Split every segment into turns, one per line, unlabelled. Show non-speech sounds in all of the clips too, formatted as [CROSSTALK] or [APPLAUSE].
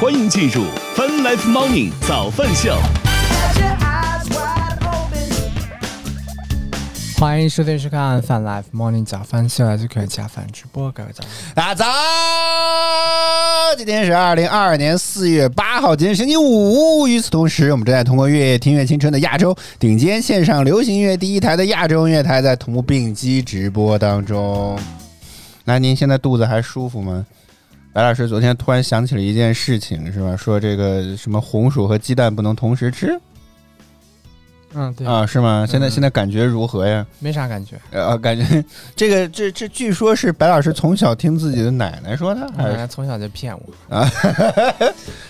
欢迎进入 Fun Life Morning 早饭秀。
欢迎收听收看《饭 Life Morning 早饭秀》，来自可加饭直播，各位早上好。
大家早！今天是二零二二年四月八号，今天星期五。与此同时，我们正在通过月夜听乐青春的亚洲顶尖线上流行音乐第一台的亚洲音乐台，在同步并机直播当中。来，您现在肚子还舒服吗？白老师昨天突然想起了一件事情，是吧？说这个什么红薯和鸡蛋不能同时吃
嗯，对，
啊，是吗？现在现在感觉如何呀？
没啥感觉，
呃，感觉这个这这据说是白老师从小听自己的奶奶说的，还
奶
是
奶啊从小就骗我。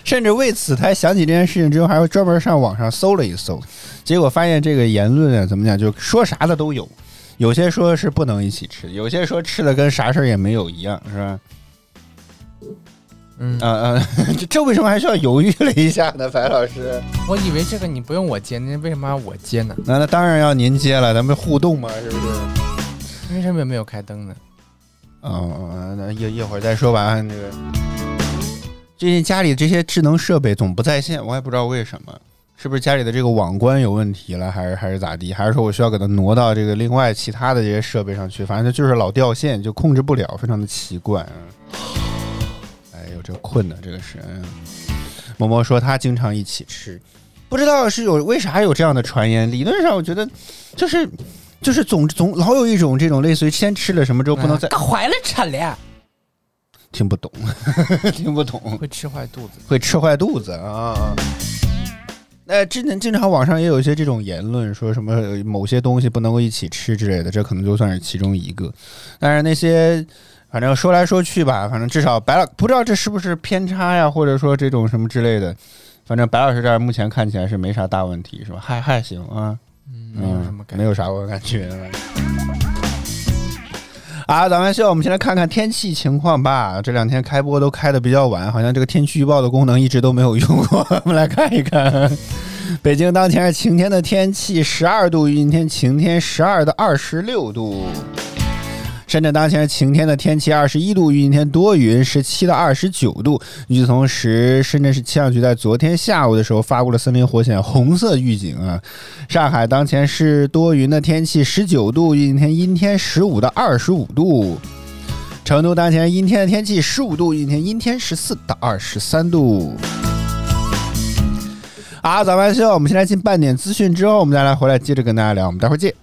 甚至为此才想起这件事情之后，还会专门上网上搜了一搜，结果发现这个言论啊，怎么讲，就说啥的都有，有些说是不能一起吃，有些说吃的跟啥事儿也没有一样，是吧？
嗯，
啊、啊， [LAUGHS] 这这为什么还需要犹豫了一下呢，白老师？
我以为这个你不用我接，那为什么要我接呢？
那那当然要您接了，咱们互动嘛，是不是？
因为上面没有开灯呢。
嗯，那一一会儿再说吧。啊那个，最近家里这些智能设备总不在线，我也不知道为什么，是不是家里的这个网关有问题了，还是还是咋地？还是说我需要给它挪到这个另外其他的这些设备上去？反正就是老掉线，就控制不了，非常的奇怪。嗯哎呦，这困的这个是。嗯萌萌说他经常一起吃，不知道是有为啥有这样的传言。理论上，我觉得就是就是总总老有一种这种类似于先吃了什么之后不能再
干啊坏了吃了，
听不懂， [LAUGHS] 听不懂，
会吃坏肚子。
会吃坏肚子啊。那、呃、之前经常网上也有一些这种言论，说什么呃某些东西不能够一起吃之类的，这可能就算是其中一个。但是那些反正说来说去吧，反正至少白老不知道这是不是偏差呀，或者说这种什么之类的。反正白老师这儿目前看起来是没啥大问题，是吧？还还行啊。
嗯，没有什么感
没
觉。
有啥我感觉。 [LAUGHS] 啊，咱们秀，我们先来看看天气情况吧。这两天开播都开的比较晚，好像这个天气预报的功能一直都没有用过。 [LAUGHS] 我们来看一看，北京当前是晴天的天气，十二度；阴天晴天，十二到二十六度。深圳当前是晴天的天气，二十一度，阴天多云，十七到二十九度。与此同时，深圳市气象局在昨天下午的时候发布了森林火险红色预警啊。上海当前是多云的天气，十九度，阴天阴天十五到二十五度。成都当前阴天的天气，十五度，阴天阴天十四到二十三度。啊，早班秀，我们先来进半点资讯之后，我们再来回来接着跟大家聊，我们待会儿见。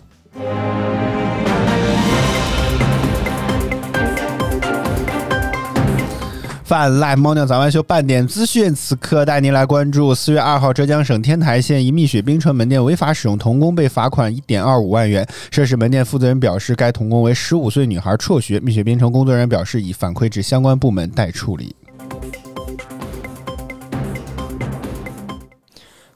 泛滥猫尿早安秀半点资讯，此刻带您来关注：四月二号，浙江省天台县一蜜雪冰城门店违法使用童工被罚款一点二五万元。涉事门店负责人表示，该童工为十五岁女孩辍学。蜜雪冰城工作人员表示，已反馈至相关部门待处理。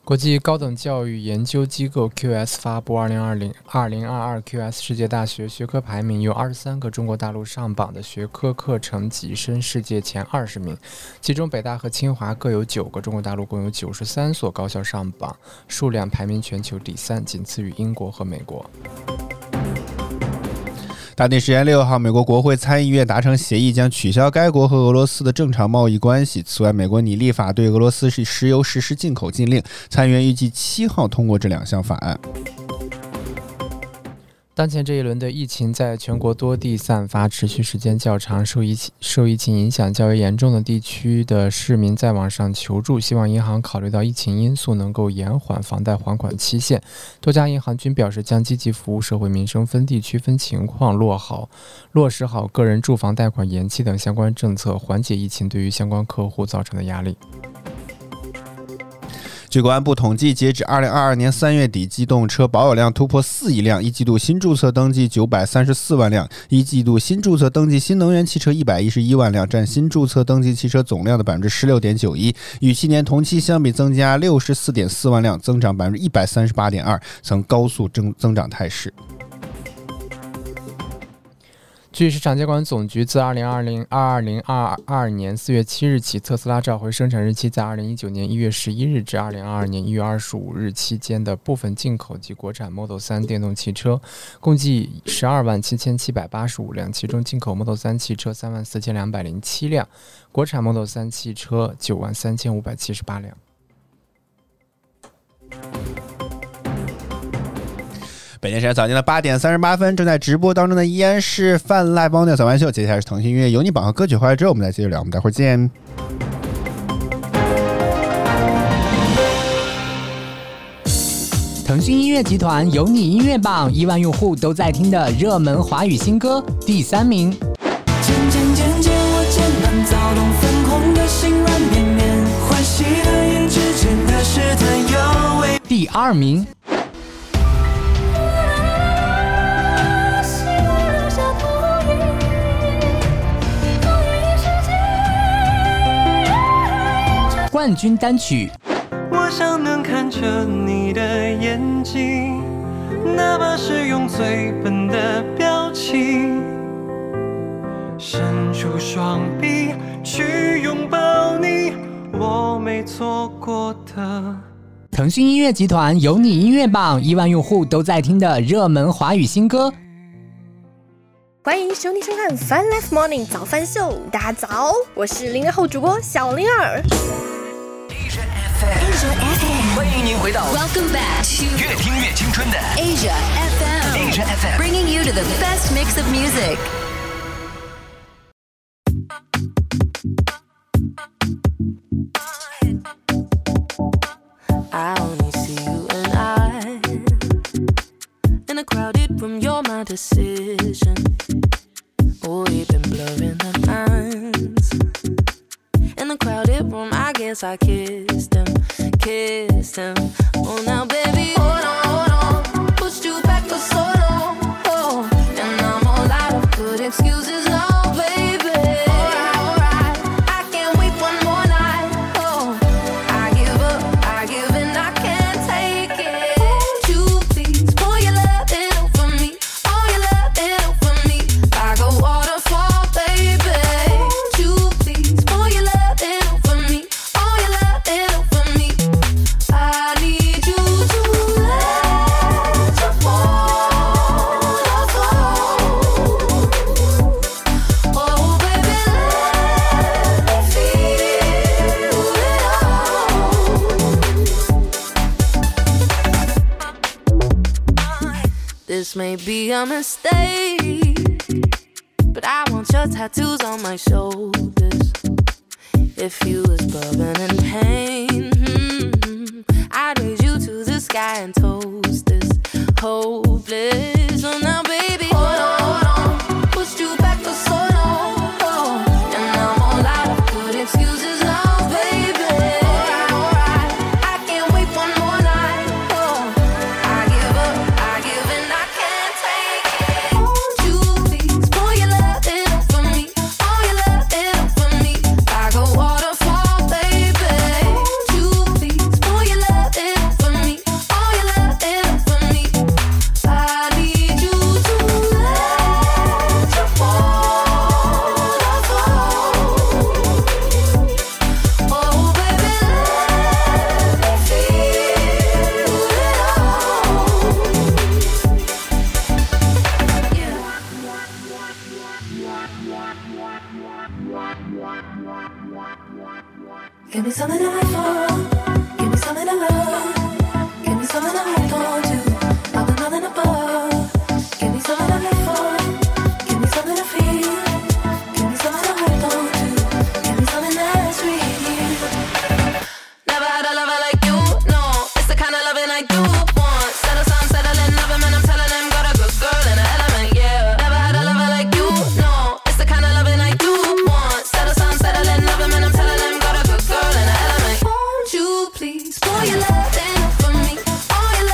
国际高等教育研究机构 QS 发布二零二零二零二二 QS 世界大学学科排名，有二十三个中国大陆上榜的学科课程跻身世界前二十名，其中北大和清华各有九个，中国大陆共有九十三所高校上榜，数量排名全球第三，仅次于英国和美国。
当地时间六号，美国国会参议院达成协议，将取消该国和俄罗斯的正常贸易关系。此外，美国拟立法对俄罗斯是石油实施进口禁令。参议院预计七号通过这两项法案。
当前这一轮的疫情在全国多地散发，持续时间较长，受疫情受疫情影响较为严重的地区的市民在网上求助，希望银行考虑到疫情因素，能够延缓房贷还款期限。多家银行均表示将积极服务社会民生，分地区、分情况落好落实好个人住房贷款延期等相关政策，缓解疫情对于相关客户造成的压力。
据公安部统计，截止二零二二年三月底，机动车保有量突破四亿辆，一季度新注册登记九百三十四万辆，一季度新注册登记新能源汽车一百一十一万辆，占新注册登记汽车总量的百分之十六点九一，与去年同期相比增加六十四点四万辆，增长百分之一百三十八点二，呈高速增增长态势。
据市场监管总局自二零二零二二零二二年四月七日起，特斯拉召回生产日期在二零一九年一月十一日至二零二二年一月二十五日期间的部分进口及国产 Model 3电动汽车，共计十二万七千七百八十五辆，其中进口 Model 3汽车三万四千两百零七辆，国产 Model 3汽车九万三千五百七十八辆。
北京时间早间的八点三十八分，正在直播当中的依然是泛滥帮的早饭秀，接下来是腾讯音乐有你榜和歌曲回来之后，我们再接着聊，我们待会儿见。
腾讯音乐集团有你音乐榜，亿万用户都在听的热门华语新歌，第三名。
渐渐渐渐，我渐慢躁动，疯狂的心软绵绵，欢喜的眼之间的试探有味。
第二名，冠军单曲
我想能看着你的眼睛，哪怕是用最笨的表情，伸出双臂去拥抱你，我没错过的。
腾讯音乐集团有你音乐榜，亿万用户都在听的热门华语新歌。
欢迎收听收看《Fun Life Morning 早饭秀》，大家早，我是零零后主播小灵儿。
欢迎您回到
Welcome back to
越听越青春的
Asia FM,
Asia FM。
bringing you to the best mix of music.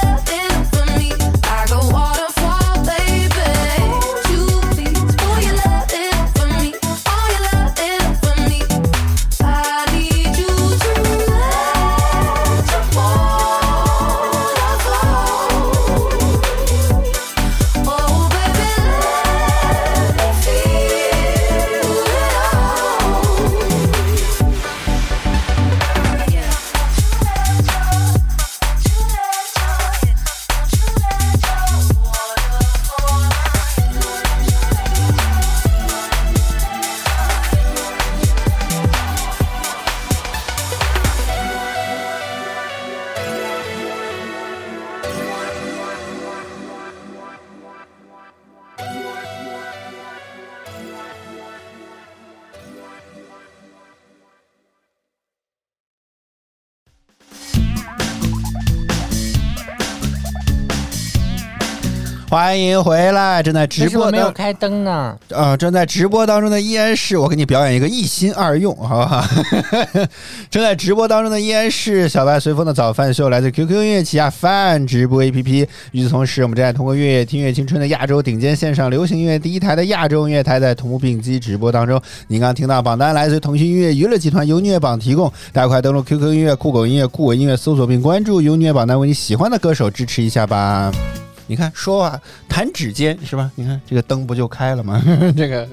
嗯。
欢迎回来，正在直
为什么
播
没有
当
开灯啊呢？
呃，正在直播当中的依然是我给你表演一个一心二用，好不好？ [LAUGHS] 正在直播当中的依然是小白随风的早饭秀，来自 QQ 音乐旗下 Fan 直播 APP。与此同时，我们正在通过月听乐青春的亚洲顶尖线上流行音乐第一台的亚洲音乐台，在同步并机直播当中。您刚刚听到榜单来自于腾讯音乐娱乐集团由音乐榜提供，大家快登录 QQ 音乐、酷狗音乐、酷我音乐搜索并关注由音乐榜单，为你喜欢的歌手支持一下吧。你看，说话弹指间是吧？你看这个灯不就开了吗？ [LAUGHS] 这个、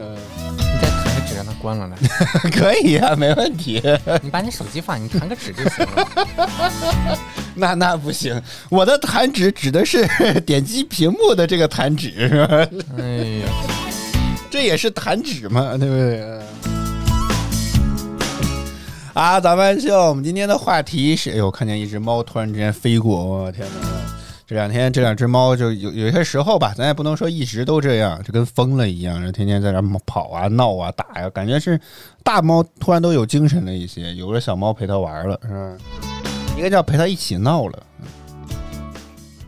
你再弹个纸让它关了
[LAUGHS]
来，
呃、可以啊，没问题。
你把你手机放，你弹个纸就行了。
那那不行，我的弹指指的是 [LAUGHS] 点击屏幕的这个弹指，是吧
哎呀，
这也是弹指嘛，对不对？呃啊，咱们就我们今天的话题是，哎呦，我看见一只猫突然之间飞过，我天哪！这两天这两只猫就有有些时候吧，咱也不能说一直都这样，就跟疯了一样，就天天在那儿跑啊、闹啊、打呀、感觉是大猫突然都有精神了一些，有了小猫陪它玩了，是吧？应该叫陪它一起闹了。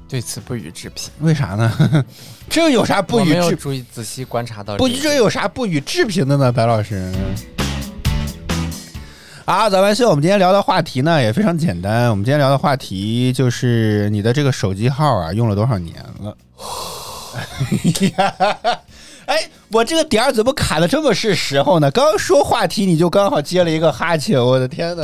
对此不予置评。
为啥呢？ [LAUGHS] 这有啥不
我
予
没有
置
注意仔细观察到
不
这一
这
点
有啥不予置评的呢？白老师。啊，咱们秀，我们今天聊的话题呢也非常简单。我们今天聊的话题就是你的这个手机号啊，用了多少年了？ [LAUGHS] 哎，我这个点儿怎么卡的这么是时候呢？刚说话题你就刚好接了一个哈欠，我的天呐！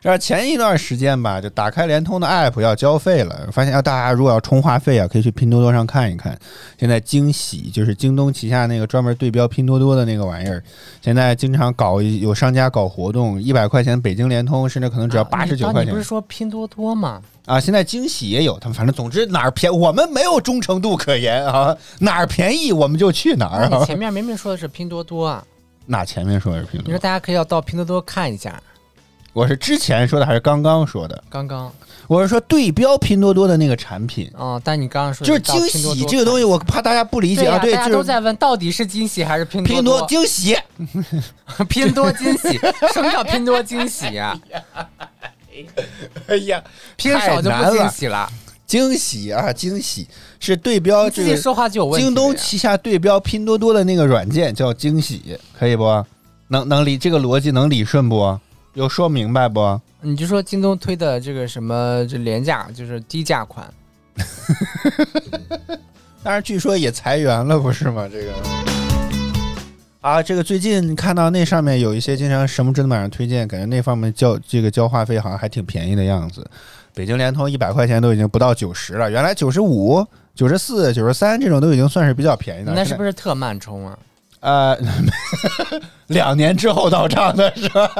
然后前一段时间吧，就打开联通的 app 要交费了，发现啊，大家如果要充话费啊，可以去拼多多上看一看。现在惊喜就是京东旗下那个专门对标拼多多的那个玩意儿，现在经常搞有商家搞活动，一百块钱北京联通，甚至可能只要
啊
八十九
你
块
你
钱
不是。说拼多多
[LAUGHS]
吗？
啊，现在惊喜也有，他们反正总之哪儿便我们没有忠诚度可言啊，哪儿便宜我们就去哪
那
儿
你
啊。
前面明明说的是拼多多啊，
哪前面说的是拼
你
多
说
多？
大家可以要到拼多多看一下。
我是之前说的还是刚刚说的？
刚刚
我是说对标拼多多的那个产品，
哦，但你刚刚说
就是
到
惊
拼多
喜
多
这个东西，我怕大家不理
对
解
呀
啊。对，
大家
就
都
是
在问到底是惊喜还是拼
拼
多
多惊喜。
多拼多惊
[LAUGHS]
喜？什么叫拼多惊喜啊？
哎呀，
拼少就不惊喜了，
惊喜啊，惊喜是对标
你
哦这
自己
个
说话就有问题。
京东旗下对标拼多多的那个软件叫惊喜，可以不？能能理这个逻辑能理顺不？有说明白不？
你就说京东推的这个什么这廉价，就是低价款，
但是据说也裁员了，不是吗？这个啊，这个最近看到那上面有一些经常什么真的马上推荐，感觉那方面交这个交话费好像还挺便宜的样子。北京联通一百块钱都已经不到九十了，原来九十五、九十四、九十三这种都已经算是比较便宜的。
那是不
是
是特慢充啊？
呃 [LAUGHS] 两年之后到账的是吧？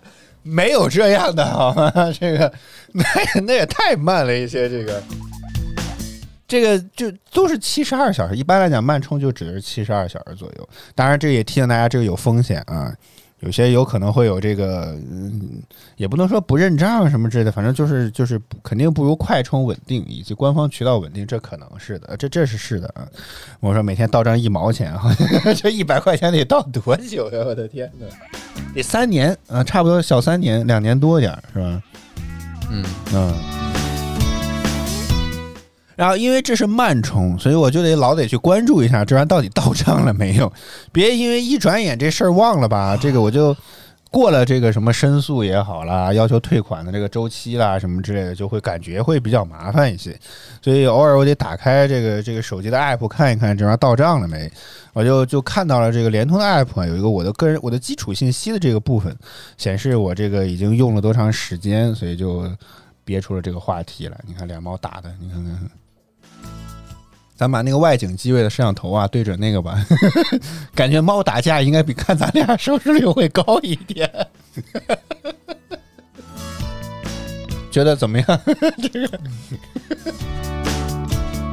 [LAUGHS] 没有这样的好吗？ [LAUGHS] 这个那那也太慢了一些，这个。这个就都是七十二小时，一般来讲慢充就只是七十二小时左右。当然，这也提醒大家，这个有风险啊，有些有可能会有这个，嗯，也不能说不认账什么之类的，反正就是就是不肯定不如快充稳定以及官方渠道稳定，这可能是的，这这是是的啊。我说每天到账一毛钱啊， [LAUGHS] 这一百块钱得到多久呀？我的天哪，得三年啊，差不多小三年，两年多点儿是吧？
嗯
嗯。然后，因为这是慢充，所以我就得老得去关注一下，这玩意儿到底到账了没有？别因为一转眼这事儿忘了吧，这个我就过了这个什么申诉也好啦，要求退款的这个周期啦什么之类的，就会感觉会比较麻烦一些。所以偶尔我得打开这个这个手机的 app 看一看这玩意儿到账了没。我就就看到了这个联通的 app 啊，有一个我的个人我的基础信息的这个部分，显示我这个已经用了多长时间，所以就憋出了这个话题来。你看俩猫打的，你看看。咱把那个外景机位的摄像头啊对准那个吧， [LAUGHS] 感觉猫打架应该比看咱俩收视率会高一点。 [LAUGHS] 觉得怎么样？ [LAUGHS]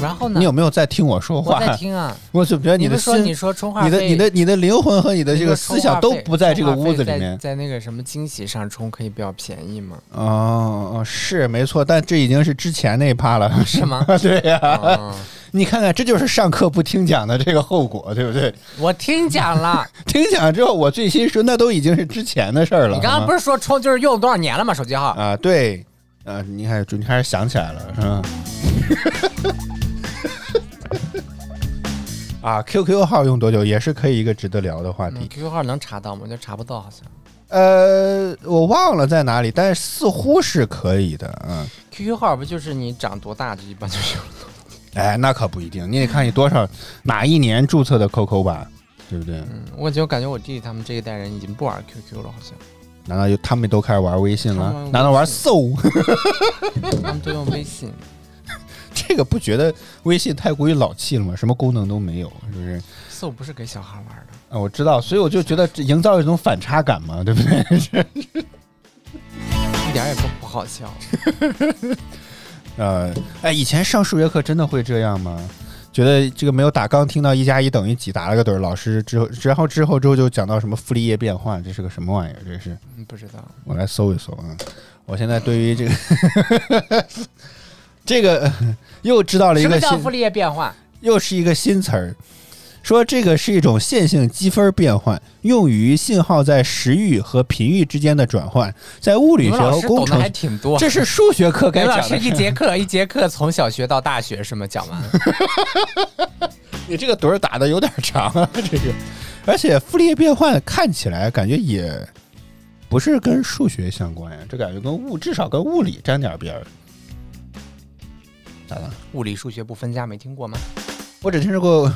然后呢？
你有没有在听我说
我
话？
在听啊。
我总觉得你
你
的
不说
心、
你说充话费，
你的、你的、你的灵魂和你的
那
这
个
个
充
思想
话
都
费
不在这个
充话
屋子
费
里面。
在在那个什么惊喜上充可以比较便宜 [LAUGHS] 吗？
哦，是没错，但这已经是之前那一趴了。
是吗？
[LAUGHS] 对呀、
嗯
你看看，这就是上课不听讲的这个后果，对不对？
我听讲 [LAUGHS] 了，
听讲之后，我最新说那都已经是之前的事儿了。
你刚刚不
是
是说充就是用多少年了吗？手机号
啊？对，啊，你看，你开始想起来了，是吧？ [LAUGHS] 啊，QQ 号用多久也是可以一个值得聊的话题。
嗯 QQ 号能查到吗？就查不到，好像。
呃，我忘了在哪里，但是似乎是可以的，嗯。
QQ 号不就是你长多大就一般就是有了
哎，那可不一定，你得看你多少哪一年注册的 QQ 吧，对不对？
嗯，我就感觉我弟弟他们这一代人已经不玩 QQ 了，好 [LAUGHS] 像
难道就他们都开始玩微信
他
了
们？玩
难道玩
微
So？
他们都用微信。
[LAUGHS] 这个不觉得微信太过于老气了吗？什么功能都没有，是不是？
[LAUGHS] 搜不是给小孩玩的。
啊，我知道，所以我就觉得这营造一种反差感嘛，对不对？是
一点儿也不不好笑。
呃，哎，以前上数学课真的会这样吗？觉得这个没有打刚听到一加一等于几，打了个盹儿。老师之后，然后之后之后就讲到什么傅立叶变换，这是个什么玩意儿？这是
嗯，不知道。
我来搜一搜啊！我现在对于这个 [LAUGHS] 这个又知道了一
什么
个
叫
新
傅，立叶变换？
又是一个新词儿，说这个是一种线性积分变换，用于信号在时域和频域之间的转换，在物
你
理
们
学
老
和
师
工
懂得
程
还。挺多。 [LAUGHS]
这是数学课
你
该
们
讲
老
的事
师
儿。
一节课一节课从小学到大学是吗？讲完。
你这个盹儿打的有点长啊， [LAUGHS] 这个，而且傅立叶变换看起来感觉也不是跟数学相关呀，这感觉跟物至少跟物理沾点边儿。咋了？
物理数学不分家，没听过吗？
我只听说过，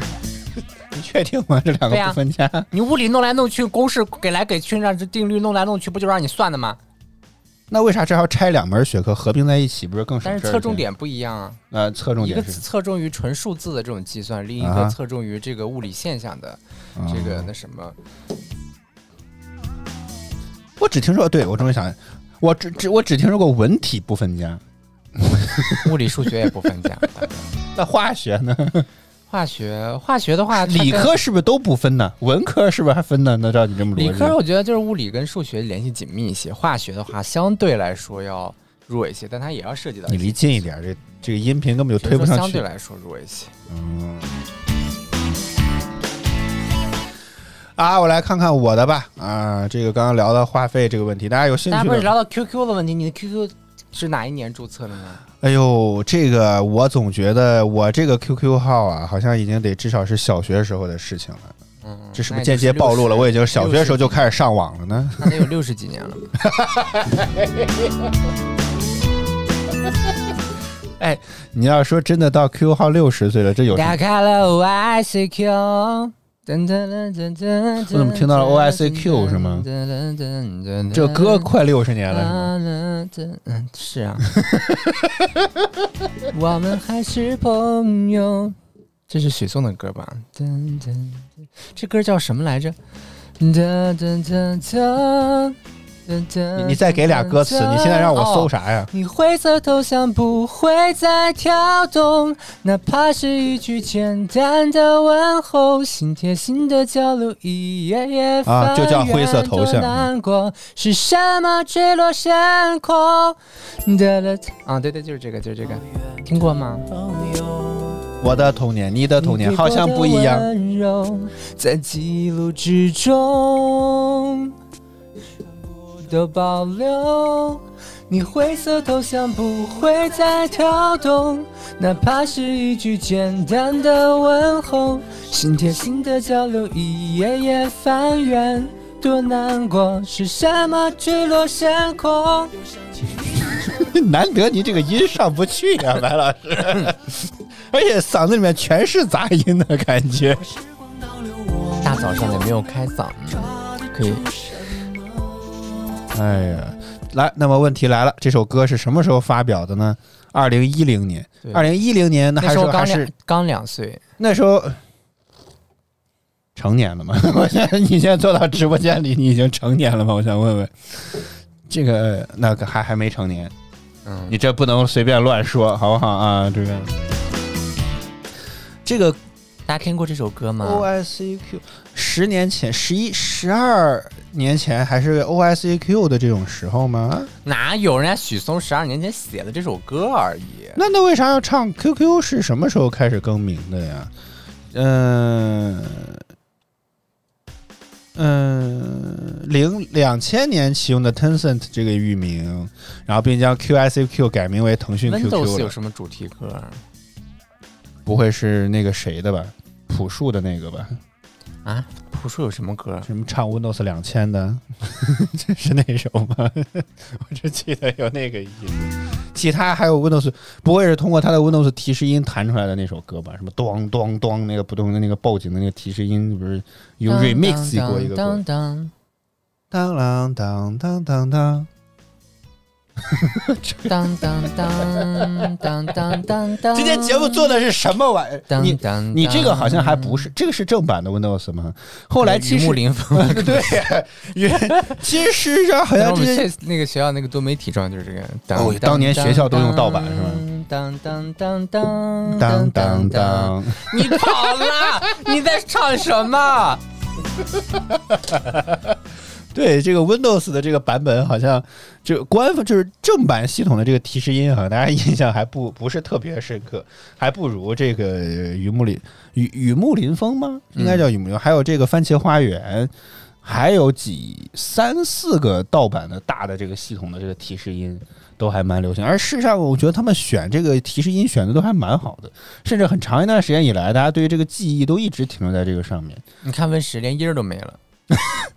[LAUGHS] 你确定吗？这
对啊
两个
呀
不分家？
你物理弄来弄去，公式给来给去，让这定律弄来弄去，不就让你算的吗？
那为啥这还要拆两门学科合并在一起，不是更省
但是
事儿
侧重
一些
点不一样啊，
呃，侧重
一个
点是
侧重于纯数字的这种计算，另一
啊
个
哈
侧重于这个物理现象的这个
嗯
那什么。
我只听说，对我终于想起来，我只只我只听说过文体不分家，
物理数学也不分家。 [LAUGHS]
那化学呢？ [LAUGHS]
化学化学的话，它跟
理科是不是都不分呢？文科是不是还分呢？那照你这么逻辑，啊
理科我觉得就是物理跟数学联系紧密一些，化学的话相对来说要弱一些，但它也要涉及到
你
一些。
离近一点，这这个音频根本就
只
推
是说
不上
相对
去。
来说弱一些。
嗯。啊，我来看看我的吧。啊，这个刚刚聊到话费这个问题，大家有兴
大家
趣
不是
的
聊到 QQ 的问题，你的 QQ 是哪一年注册的呢？
哎呦，这个我总觉得我这个 QQ 号啊，好像已经得至少是小学时候的事情了。
嗯，
这是不
那
是
也就
间接暴露了？
60
我已经小学时候就
60
开始上网了呢。
那得有六十几年了吧。
你要说真的到 QQ 号六十岁了，这有什
打
么？
开了 OICQ。噔噔噔噔噔
我怎么听到了 OICQ 是吗
噔噔噔噔噔
这歌快六十年了，是吗？
嗯，是啊， [LAUGHS] 我们还是朋友。这是许嵩的歌吧？噔噔噔，这歌叫什么来着？噔噔噔噔噔
你
噔。
你再给俩歌词，你现在让我搜
啥？
啥呀？
你灰色头像不会再跳动，哪怕是一句简单的问候，心贴心的交流，一页页翻
啊
阅
就叫灰色头像
多难过是什么坠落深空？哒哒哒啊，对对，就是这个，就是这个，听过吗？
我的童年，你的童年好像不一样。
你给我的温柔在记录之中的保留。你灰色头像不会再跳动，哪怕是一句简单的问候，心贴心的交流，一页页翻阅，多难过，是什么坠落深空？
难得你这个音上不去呀、白老师， [LAUGHS] 而且嗓子里面全是杂音的感觉。
大早上的没有开嗓，可以。
哎呀，来，那么问题来了，这首歌是什么时候发表的呢？二零一零年，
对
二零一零年那
那
还
时
是
候
还
刚两
是
刚两岁，
那时候成年了吗？ [LAUGHS] 我现在你现在坐到直播间里，你已经成年了吗？我想问问，这个那个还还没成年，
嗯，
你这不能随便乱说，好不好啊？这个这个
大家听过这首歌吗？
O I C Q，十年前、十一、十二年前还是 O I C Q 的这种时候吗？
哪有人家许嵩十二年前写的这首歌而已？
那那为啥要唱 Q Q 是什么时候开始更名的呀？呃嗯、嗯、零两千年启用的 Tencent 这个域名，然后并将 QICQ 改名为腾讯
Windows
QQ
有
了。
什么主题歌啊
不会是那个谁的吧？朴树的那个吧？
啊？朴树有什么歌？
什么唱 Windows 两千的？ [LAUGHS] 这是那首吗？ [LAUGHS] 我只记得有那个音。其他还有 Windows，不会是通过它的 Windows 提示音弹出来的那首歌吧？什么咚咚咚那个不动的那个报警的那个提示音，不是有 remix 过一个过
当当
当啷当当
当
当当，
当当当当当当。
今天节目做的是什么玩意儿？
当
你
当当
你这个好像还不是，这个是正版的 Windows 吗？后来其
雨
实
木临风。
对，其实事实上好
然后我
像
们
这些
这那个学校那个多媒体装就是这个。当
哦当年学校都用盗版是吧？
当当当当
当当。当，
你跑了？你在唱什么？
对这个 Windows 的这个版本好像就官方就是正版系统的这个提示音，好像大家印象还不不是特别深刻， [LAUGHS] 还不如这个呃雨木林雨雨木临风吗？应该叫雨木林风，还有这个番茄花园。还有几三四个盗版的大的这个系统的这个提示音都还蛮流行，而事实上我觉得他们选这个提示音选的都还蛮好的，甚至很长一段时间以来，大家对于这个记忆都一直停留在这个上面。
你看 Win 十连音儿都没了。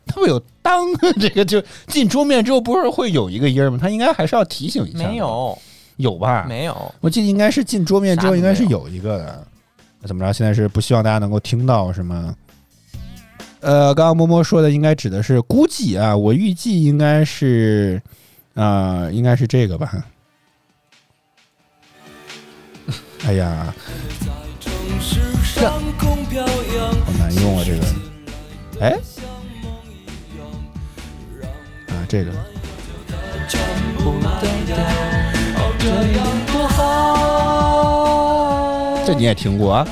他们有当 [LAUGHS] 这个就进桌面之后不是会有一个音儿吗？他应该还是要提醒一下。啊
没，有，
有吧？
没有。
我记得应该是进桌面之
啥
后
都
应该是有一个的。那怎么着？现在是不希望大家能够听到是吗？呃，刚刚摸摸说的应该指的是估计啊，我预计应该是，呃，应该是这个吧。哎呀，好难用啊这个。哎，啊这个。这你也听过啊？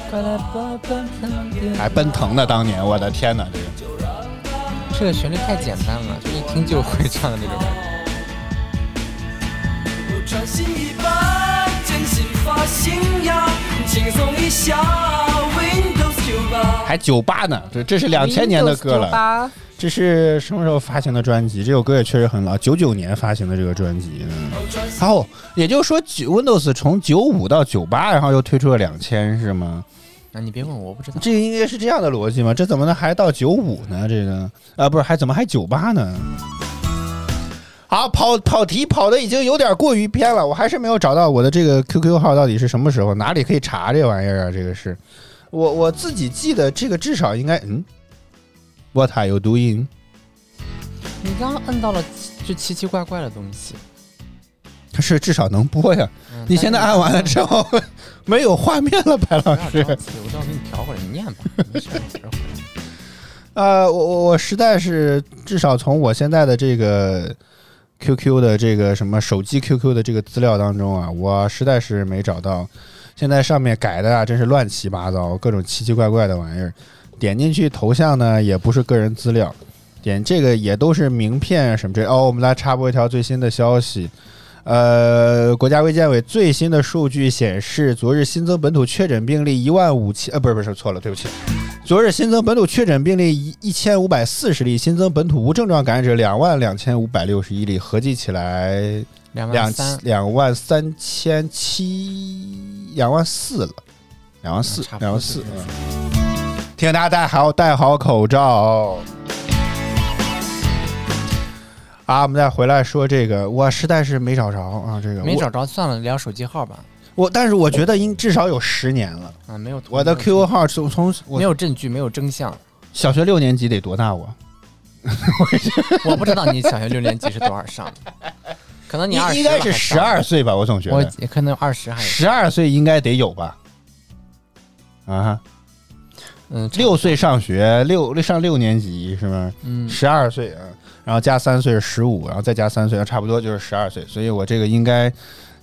还奔腾呢，当年我的天哪，这个。
这个旋律太简单了，就一听就会唱的那种感
[LAUGHS]
觉。
穿新衣吧，剪新发型呀，轻松一下，Windows 9吧。
还九八呢，这这是两千年的歌了。
了。
这是什么时候发行的专辑？这首歌也确实很老，九九年发行的这个专辑。嗯，哦，也就是说九 Windows 从九五到九八，然后又推出了两千，是吗？
啊，你别问我，我不知道。
这应该是这样的逻辑吗？这怎么能还到九五呢？这个啊，不是，还怎么还九八呢？好，跑跑题跑的已经有点过于偏了，我还是没有找到我的这个 QQ 号到底是什么时候，哪里可以查这玩意儿啊？这个是我我自己记得，这个至少应该嗯，What are you doing？
你刚刚摁到了就奇奇怪怪的东西。
它是至少能播呀。
嗯
你现在按完了之后没有画面了，白老
但是
师
不要着。急，我到时候给你调回来，你念
[LAUGHS]
吧。没事没事
呃，我我我实在是至少从我现在的这个 QQ 的这个什么手机 QQ 的这个资料当中啊，我实在是没找到。现在上面改的啊，真是乱七八糟，各种奇奇怪怪的玩意儿。点进去头像呢，也不是个人资料，点这个也都是名片啊什么这。哦，我们来插播一条最新的消息。呃，国家卫健委最新的数据显示，昨日新增本土确诊病例一万五千，呃，不是不是错了，对不起，昨日新增本土确诊病例一一千五百四十例，新增本土无症状感染者两万两千五百六十一例，合计起来
两
两
万三，
两万三千七，两万四了，两万四
差，不多
两万四
就是。
嗯提醒大家戴好戴好口罩哦。啊，我们再回来说这个，我实在是没找着啊，这个
没
我
找着算了，聊手机号吧。
我，但是我觉得应至少有十年了。
啊，没有图。
我的
没有
QQ 号从从
没
我
有证据，没有真相，
小学六年级得多大我？
我不知道你小学六年级是多少上的，可能你二
应应该是十二，岁吧，我总觉
我哎
得
可能二十还有
十二岁应该得有吧？啊哈，
嗯差
六岁上学，六上六年级是吗？
嗯
十二岁啊，然后加三岁是十五，然后再加三岁，差不多就是十二岁。所以我这个应该，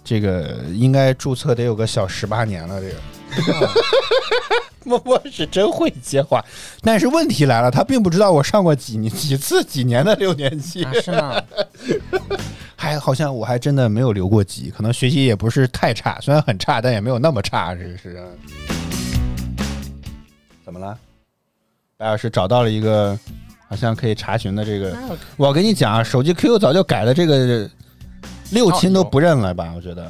这个应该注册得有个小十八年了。这个， [LAUGHS] 默默是真会接话，但是问题来了，他并不知道我上过几年几次几年的六年级
啊，是吗？
还好像我还真的没有留过级，可能学习也不是太差，虽然很差，但也没有那么差，是是。怎么了？白老师找到了一个好像可以查询的这个
那有。
我跟你讲啊，手机 QQ 早就改了这个六亲都不认了吧？我觉得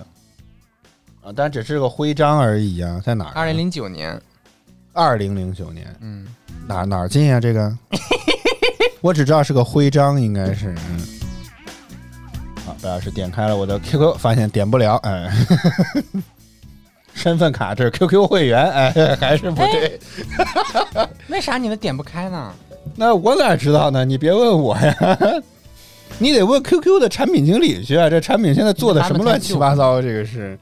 啊，但只是个徽章而已啊，在哪儿？
二零零九年，
二零零九年，
嗯，
哪哪儿进啊？这 [LAUGHS] 个我只知道是个徽章，应该是。嗯，好，白老师点开了我的 QQ，发现点不了，哎。 [LAUGHS] 身份卡这是 QQ 会员，哎，还是不对。
为啥你的点不开呢？
那我哪知道呢？你别问我呀， [LAUGHS] 你得问 QQ 的产品经理去啊。这产品现在做的什么乱七八糟？这个是，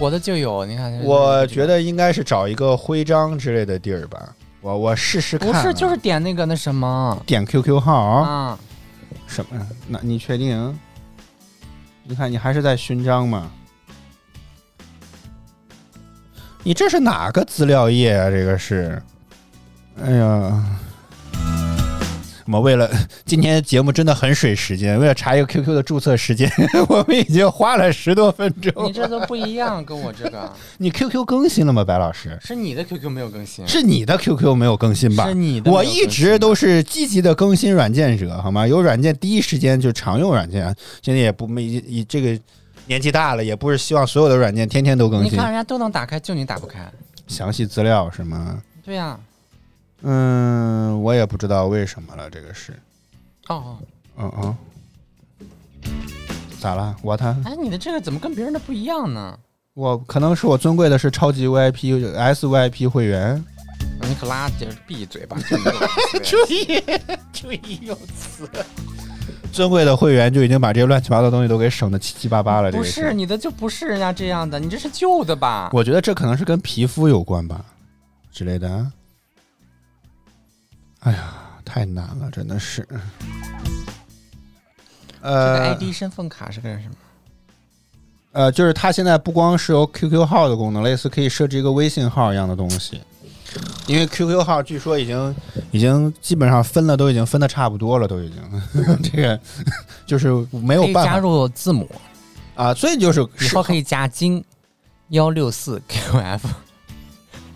我的就有，你看，
我觉得应该是找一个徽章之类的地儿吧。我我试试看
不
啊、
是，就是点那个那什么
点 QQ 号啊
啊，
什么？那你确定？你看，你还是在勋章嘛？你这是哪个资料页啊？这个是，哎呀，我们为了 [LAUGHS] 今天节目真的很水时间，为了查一个 QQ 的注册时间， [LAUGHS] 我们已经花了十多分钟。
你这都不一样，跟我这 [LAUGHS] 个
你 QQ 更新了吗，白老师？
是你的 QQ 没有更新，
是你的 QQ 没有更新吧？
是你的没有
我
更新
一直都是积极的更新软件者，好吗？有软件第一时间就常用软件，现在也不没以这个年纪大了，也不是希望所有的软件天天都更
你
新
看。人家都能打开，就你打不开。
详细资料是吗？
对呀、
嗯，我也不知道为什么了，这个是，
哦，
嗯嗯，咋了？我他
哎，你的这个怎么跟别人的不一样呢？
我可能是我尊贵的是超级 VIP SVIP 会员。
[LAUGHS] 你可拉点闭嘴吧！就你这个
[LAUGHS] 注意，注意用词。尊贵的会员就已经把这些乱七八糟的东西都给省的七七八八了。这
不
个
是，你的就不是人家这样的，你这是旧的吧？
我觉得这可能是跟皮肤有关吧之类的啊。哎呀，太难了，真的是。
这个
呃
ID 身份卡是干什么？
呃，就是它现在不光是有 QQ 号的功能，类似可以设置一个微信号一样的东西。因为 QQ 号据说已经已经基本上分了，都已经分的差不多了，都已经 [LAUGHS] 这个就是没有
可以
办
加
法
入字母，
啊，所以就是
以后可以加金幺六四
[LAUGHS]
QF，
哎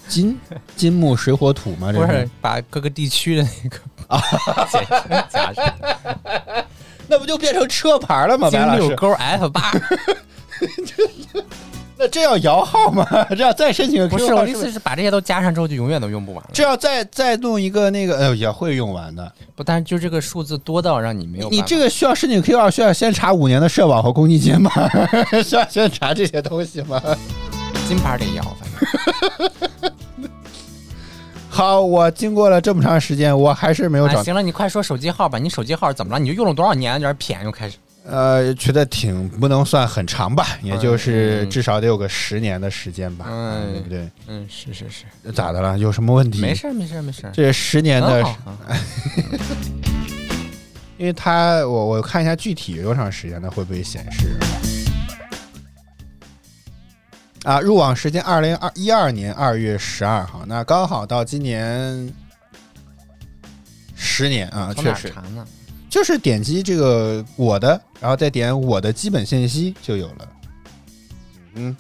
金金木水火土嘛，这
不是把各个地区的那个简称加上。
那不就变成车牌了吗？白
金
老
六
师，
勾 F 八，
那这要摇号吗？ [LAUGHS] 这要再申请个 QQ
不是
号
我的意思是把这些都加上之后就永远都用不完了。
这要再再弄一个那个，呃，也会用完的。
不，但是就这个数字多到让你没有
你
办法
这个需要申请 Q 二，需要先查五年的社保和公积金吗？ [LAUGHS] 需要先查这些东西吗？ [LAUGHS]
金牌得要，反正
好，我经过了这么长时间，我还是没有
哎
找，
行了，你快说手机号吧，你手机号怎么了？你就用了多少年？有点偏又开始。
呃，觉得挺不能算很长吧，也就是
嗯
至少得有个十年的时间吧，
嗯
对不对？
嗯，是是是，
咋的了？有什么问题？
没事儿没事儿没事儿，
这十年的啊
很好。嗯
因为它我我看一下具体有多长时间呢，会不会显示？啊，入网时间二零二一二年二月十二号，那刚好到今年十年啊，
从哪儿
确实
查呢？
就是点击这个我的，然后再点我的基本信息就有了。嗯，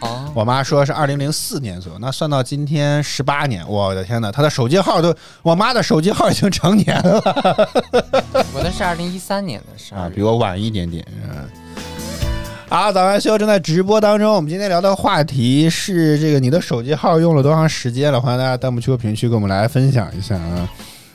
哦，
我妈说是二零零四年左右，那算到今天十八年，我的天呐，她的手机号都，我妈的手机号已经成年了。
我的是二零一三年的事
啊
儿，，
比我晚一点点。嗯，好，早安秀正在直播当中。我们今天聊的话题是这个，你的手机号用了多长时间了？欢迎大家弹幕区和评论区跟我们来分享一下啊。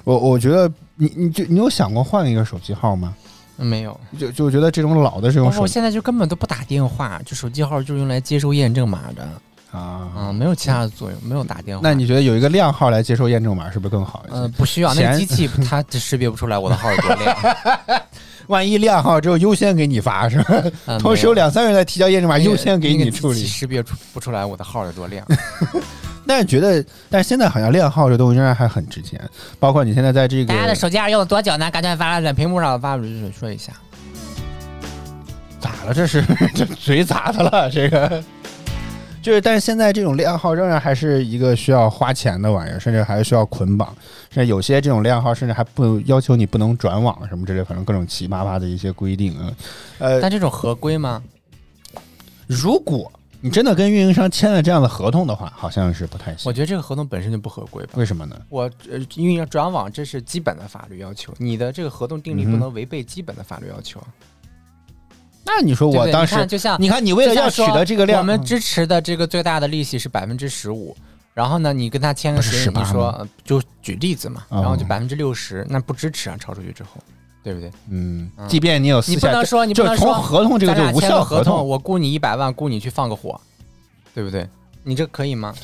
我我觉得你你就你有想过换一个手机号吗？
嗯没有。哦
就就觉得这种老的这种
我
手
我
机
现在就根本都不打电话，就手机号就用来接收验证码的
啊，
啊，没有其他的作用，没有打电话。
那你觉得有一个靓号来接受验证码是不是更好一些？
呃不需要，那
嫌
个机器它识别不出来我的号有多亮。
[LAUGHS] 万一靓号只有优先给你发是吧？
嗯
[LAUGHS] 同时有两三个人在提交验证码，
没有
优先给
那
你
个那个
处
机
理
器。识别出不出来我的号有多亮。
但是觉得，但是现在好像靓号这东西仍然还很值钱，包括你现在在这个
大家的手机号用了多久呢？赶紧发在屏幕上发说一下。
咋了？这是 [LAUGHS] 这嘴咋的了？这个就是，但是现在这种靓号仍然还是一个需要花钱的玩意儿，甚至还是需要捆绑，甚至有些这种靓号甚至还不要求你不能转网什么之类，反正各种七七八八的一些规定啊。呃，
但这种合规吗？
如果你真的跟运营商签了这样的合同的话，好像是不太
我
行。
觉得这个合同本身就不合规吧。
为什么呢？
我呃，因为要转网，这是基本的法律要求，你的这个合同订立
嗯哼
不能违背基本的法律要求。
那你说
对不
我
对
当
你
时
看，就像
你看你为了
就像
要取
说
得这个量，
我们支持的这个最大的利息是百分之十五。然后呢，你跟他签个
不是
协议，
18
你说呃就举例子嘛，
哦
然后就百分之六十，那不支持啊，超出去之后，对不对？
嗯，即便你有私
你
下，
不能说你不
就
能
是
说
从合同这个
咱
就
俩
无
签了
效
合
同。
我雇你一百万，雇你去放个火，对不对？你这可以
[LAUGHS]
吗？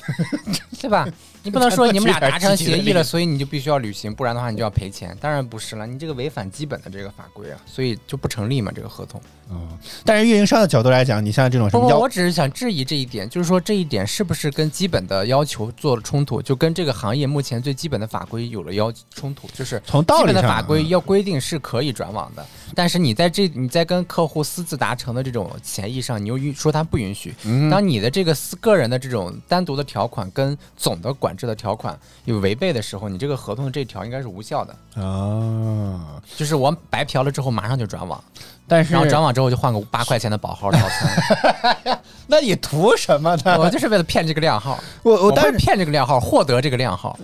对吧？你不能说你们俩达成协议了，所以你就必须要履行，不然的话你就要赔钱。当然不是了，你这个违反基本的这个法规啊，所以就不成立嘛这个合同。
嗯，但是运营商的角度来讲，你像这种什
不
么
不，
要
我只是想质疑这一点，就是说这一点是不是跟基本的要求做了冲突，就跟这个行业目前最基本的法规有了要冲突，就是
从道
基
理
本的
上
法规
嗯
要规定是可以转网的，但是你在这你在跟客户私自达成的这种协议上，你又允说他不允许。
嗯
当你的这个私个人的这种单独的条款跟总的管制的条款有违背的时候，你这个合同的这条应该是无效的。
啊，
就是我白嫖了之后马上就转网，
但是
然后转网之后就换个八块钱的保号套餐。
那你图什么呢？
[LAUGHS]
[LAUGHS]
我就是为了骗这个靓号，
我我
我
当
会
然
骗这个靓号，获得这个靓号。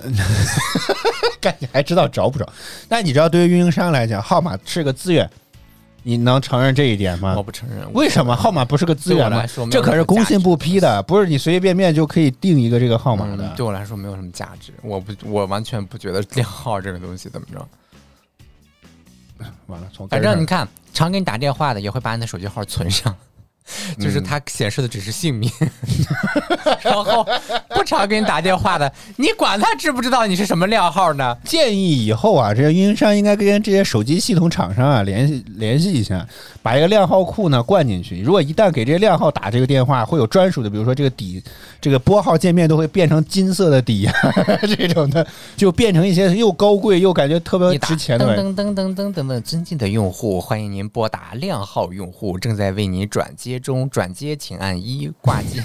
干你还知道找不着？那你知道，对于运营商来讲，号码是个资源，你能承认这一点吗
我？不承认，
为什么号码不是个资源
对我
呢
来说？没有
这可
什
是
么
工
价
信
值
部批的，不是你随随便便就可以定一个这个号码的
嗯，。对我来说没有什么价值。我不，我完全不觉得靓号这个东西怎么着。
完了，从
反
根儿
正
上
你看，常给你打电话的也会把你的手机号存上，
嗯
就是它显示的只是姓名。 [LAUGHS] 然后不常给你打电话的，你管他知不知道你是什么靓号呢？
建议以后啊，这些运营商应该跟这些手机系统厂商啊联系联系一下，把一个靓号库呢灌进去。如果一旦给这些靓号打这个电话，会有专属的，比如说这个底，这个拨号界面都会变成金色的底啊， [LAUGHS] 这种的就变成一些又高贵又感觉特别
你打
值钱呃的玩意儿。
噔噔噔噔噔噔噔，尊敬的用户，欢迎您拨打靓号用户，正在为您转接中，转接请按一，挂机。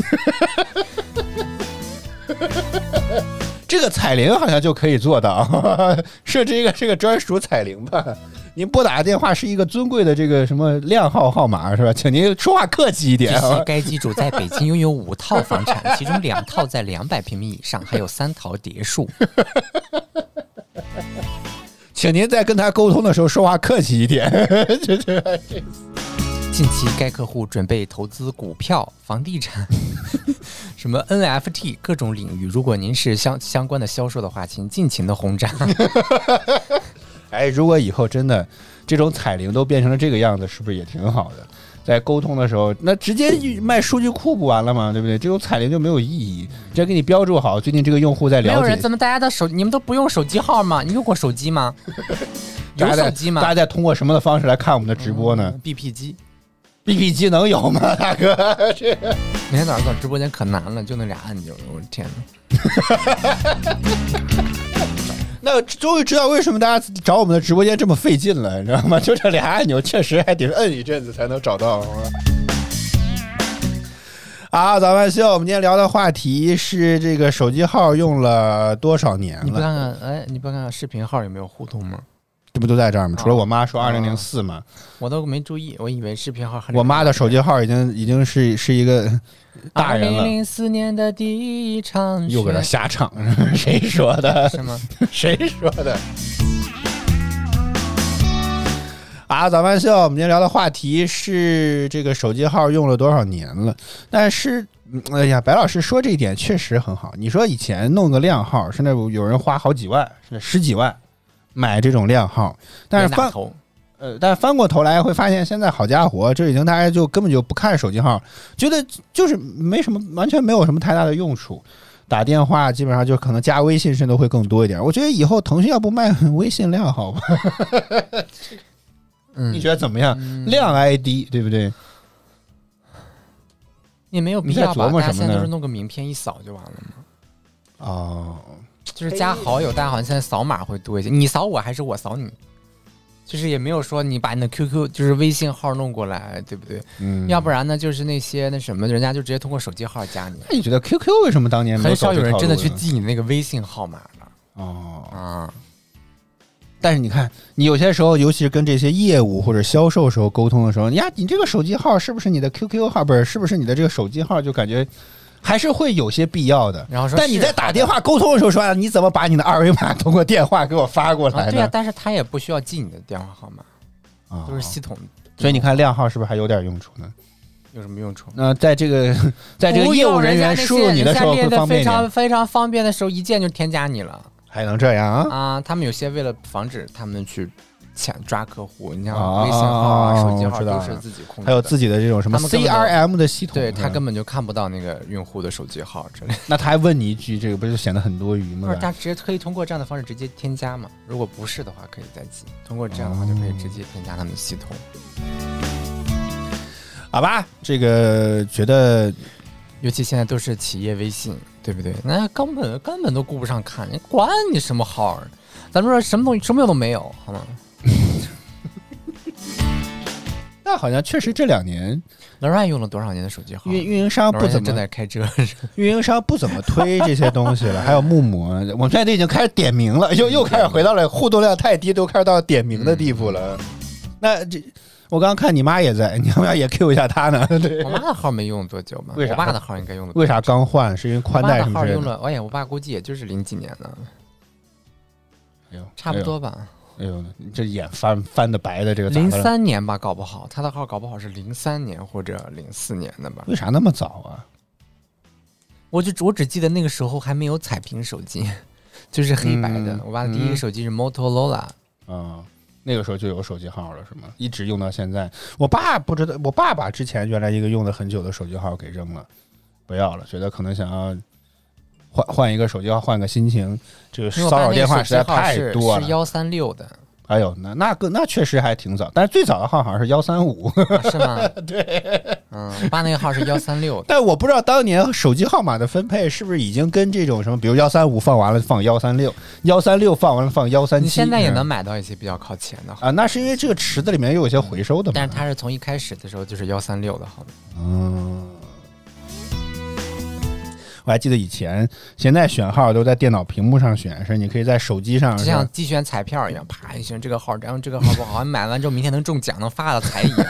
这个彩铃好像就可以做到， [LAUGHS] 设置一个这个专属彩铃吧。您拨打的电话是一个尊贵的这个什么靓号号码是吧？请您说话客气一点
据悉
啊，。
该机主在北京拥有五套房产，其中两套在两百平米以上，还有三套别墅。
请您在跟他沟通的时候说话客气一点。这这
近期该客户准备投资股票、房地产、 [LAUGHS] 什么 NFT 各种领域。如果您是相相关的销售的话，请尽情的轰 [LAUGHS] 炸。
哎，如果以后真的这种彩铃都变成了这个样子，是不是也挺好的？在沟通的时候，那直接卖数据库不完了吗？对不对？这种彩铃就没有意义，直接给你标注好，最近这个用户在
没有
了
人
解
怎。么大家的手，你们都不用手机号吗？你用过手机 [LAUGHS] 吗？有
大家在
手机嗯
大家
吗
在通过什么的方式来看我们的直播呢
？BP 机，
？B B 机能有吗，大哥？ [LAUGHS] 这
每天早上到直播间可难了，就那俩按钮，我的天哪！
那终于知道为什么大家找我们的直播间这么费劲了，你知道吗？就这俩按钮，确实还得摁一阵子才能找到。啊，早饭秀，我们今天聊的话题是这个手机号用了多少年
你不
了？
看看，哎，你不看看视频号有没有互动吗？
这不都在这儿吗？除了我妈说二
啊
零零四嘛，
我都没注意，我以为视频号还
我妈的手机号已经已经是是一个大人
二
了
零，零四年的第一场雪，
又搁这瞎唱， [LAUGHS] 谁说的？
是
[LAUGHS]
吗？
谁说的？啊，早饭秀，我们今天聊的话题是这个手机号用了多少年了？但是，嗯哎呀，白老师说这一点确实很好。你说以前弄个靓号，甚至有人花好几万，甚至十几万买这种靓号，但是
冤大
翻
头
呃，但翻过头来会发现，现在好家伙，这已经大家就根本就不看手机号，觉得就是没什么，完全没有什么太大的用处。打电话基本上就可能加微信，甚至会更多一点。我觉得以后腾讯要不卖微信量好吧？
[LAUGHS] 嗯
你觉得怎么样？量 ID 对不对？
也没有必
你在
要吧？
琢磨
大家
什么
现在
呢
都是弄个名片一扫就完了嘛。
哦，
就是加好友，大家好像现在扫码会多一些。你扫我还是我扫你？就是也没有说你把你的 QQ 就是微信号弄过来，对不对？
嗯，
要不然呢，就是那些那什么，人家就直接通过手机号加你。
那你觉得 QQ 为什么当年没
很少
走这
有人
套
真的
路
去
呢
记你那个微信号码了
哦？
啊！
但是你看，你有些时候，尤其是跟这些业务或者销售时候沟通的时候，呀，你这个手机号是不是你的 QQ 号？不是，是不是你的这个手机号？就感觉还是会有些必要的。
然后说
但你
是啊
在打电话沟通的时候说，啊你怎么把你的二维码通过电话给我发过来
啊，
的？
对啊，但是他也不需要记你的电话号码，
啊
都是系统，
所以你看量号是不是还有点用处呢？
有什么用处？
那在这 [LAUGHS] 个在这个业务人员输入你的时候会方便
非
一
常
点，
非常方便的时候，一键就添加你了
还能这样啊？
啊！他们有些为了防止他们去抢抓客户，你像
哦
微信号啊、手机
我
号
知道
都
了
是自己控制的，
还有自己的这种什么
他们根本都
CRM 的系统，
对他
嗯
根本就看不到那个用户的手机号之类的，
那他还问你一句，这个不是显得很多余
或
吗
者？他直接可以通过这样的方式直接添加嘛？如果不是的话，可以再记。通过这样的话就可以
哦
直接添加他们的系统。
好吧，这个觉得
尤其现在都是企业微信，对不对？那根本根本都顾不上看，你管你什么号儿？咱们说什么东西什么用都没有，好吗？
那好像确实这两年
老阮用了多少年的手机号？
运运营商
老
不
阮现
怎
在正
么
在开
[LAUGHS]
车，
运营商不怎么推这些东西了，还有木母，我们现在都已经开始点名
嗯
了，又又开始回到了互动量太低，都开始到点名的地步
嗯
了。那这我刚刚看你妈也在， [LAUGHS] 你要不要也 Q 一下她呢？ [LAUGHS] 对
我，妈的号没用多久吧？
为啥
我爸的号应该用了多久。
为啥刚换？是因为宽
我
带
爸
什
的
么
号
之类
用
的？
了，哎呀，我爸估计也就是零几年的，
哎呦
差不。多吧，
哎呦，哎呦你这眼翻翻的白的，这个咋
零
的了？
三年吧，搞不好他的号搞不好是零三年或者零四年的吧。
为啥那么早啊？
我就我只记得那个时候还没有彩屏手机， [LAUGHS] 就是黑白的。
嗯
我爸的第一个手机是 Motorola，、
啊、那个时候就有手机号了，是吗？一直用到现在。我爸不知道，我爸把之前原来一个用了很久的手机号给扔了，不要了，觉得可能想要换换一个手机号，换个心情。这个
因为我
骚
爸那
扰
个
电话
手
实
机
在
号
太
是
多
是
了。
幺三六
[LAUGHS]
的、
哎呦，那那个那确实还挺早，但是最早的号好像是幺三五， [LAUGHS]
啊是吗？对，嗯，我爸那个号是幺三六的。
但我不知道当年手机号码的分配是不是已经跟这种什么，比如幺三五放完了放幺三六，幺三六放完了放幺三七。
你现在也能
嗯
买到一些比较靠前的号，
啊？那是因为这个池子里面又有一些回收的嘛。
但是它是从一开始的时候就是幺三六的号码。
嗯，我还记得以前，现在选号都在电脑屏幕上选，是你可以在手机上
就像鸡选彩票一样，啪一选这个号，然后这个号不好， [LAUGHS] 买完之后明天能中奖，能发大财一
[LAUGHS]
样。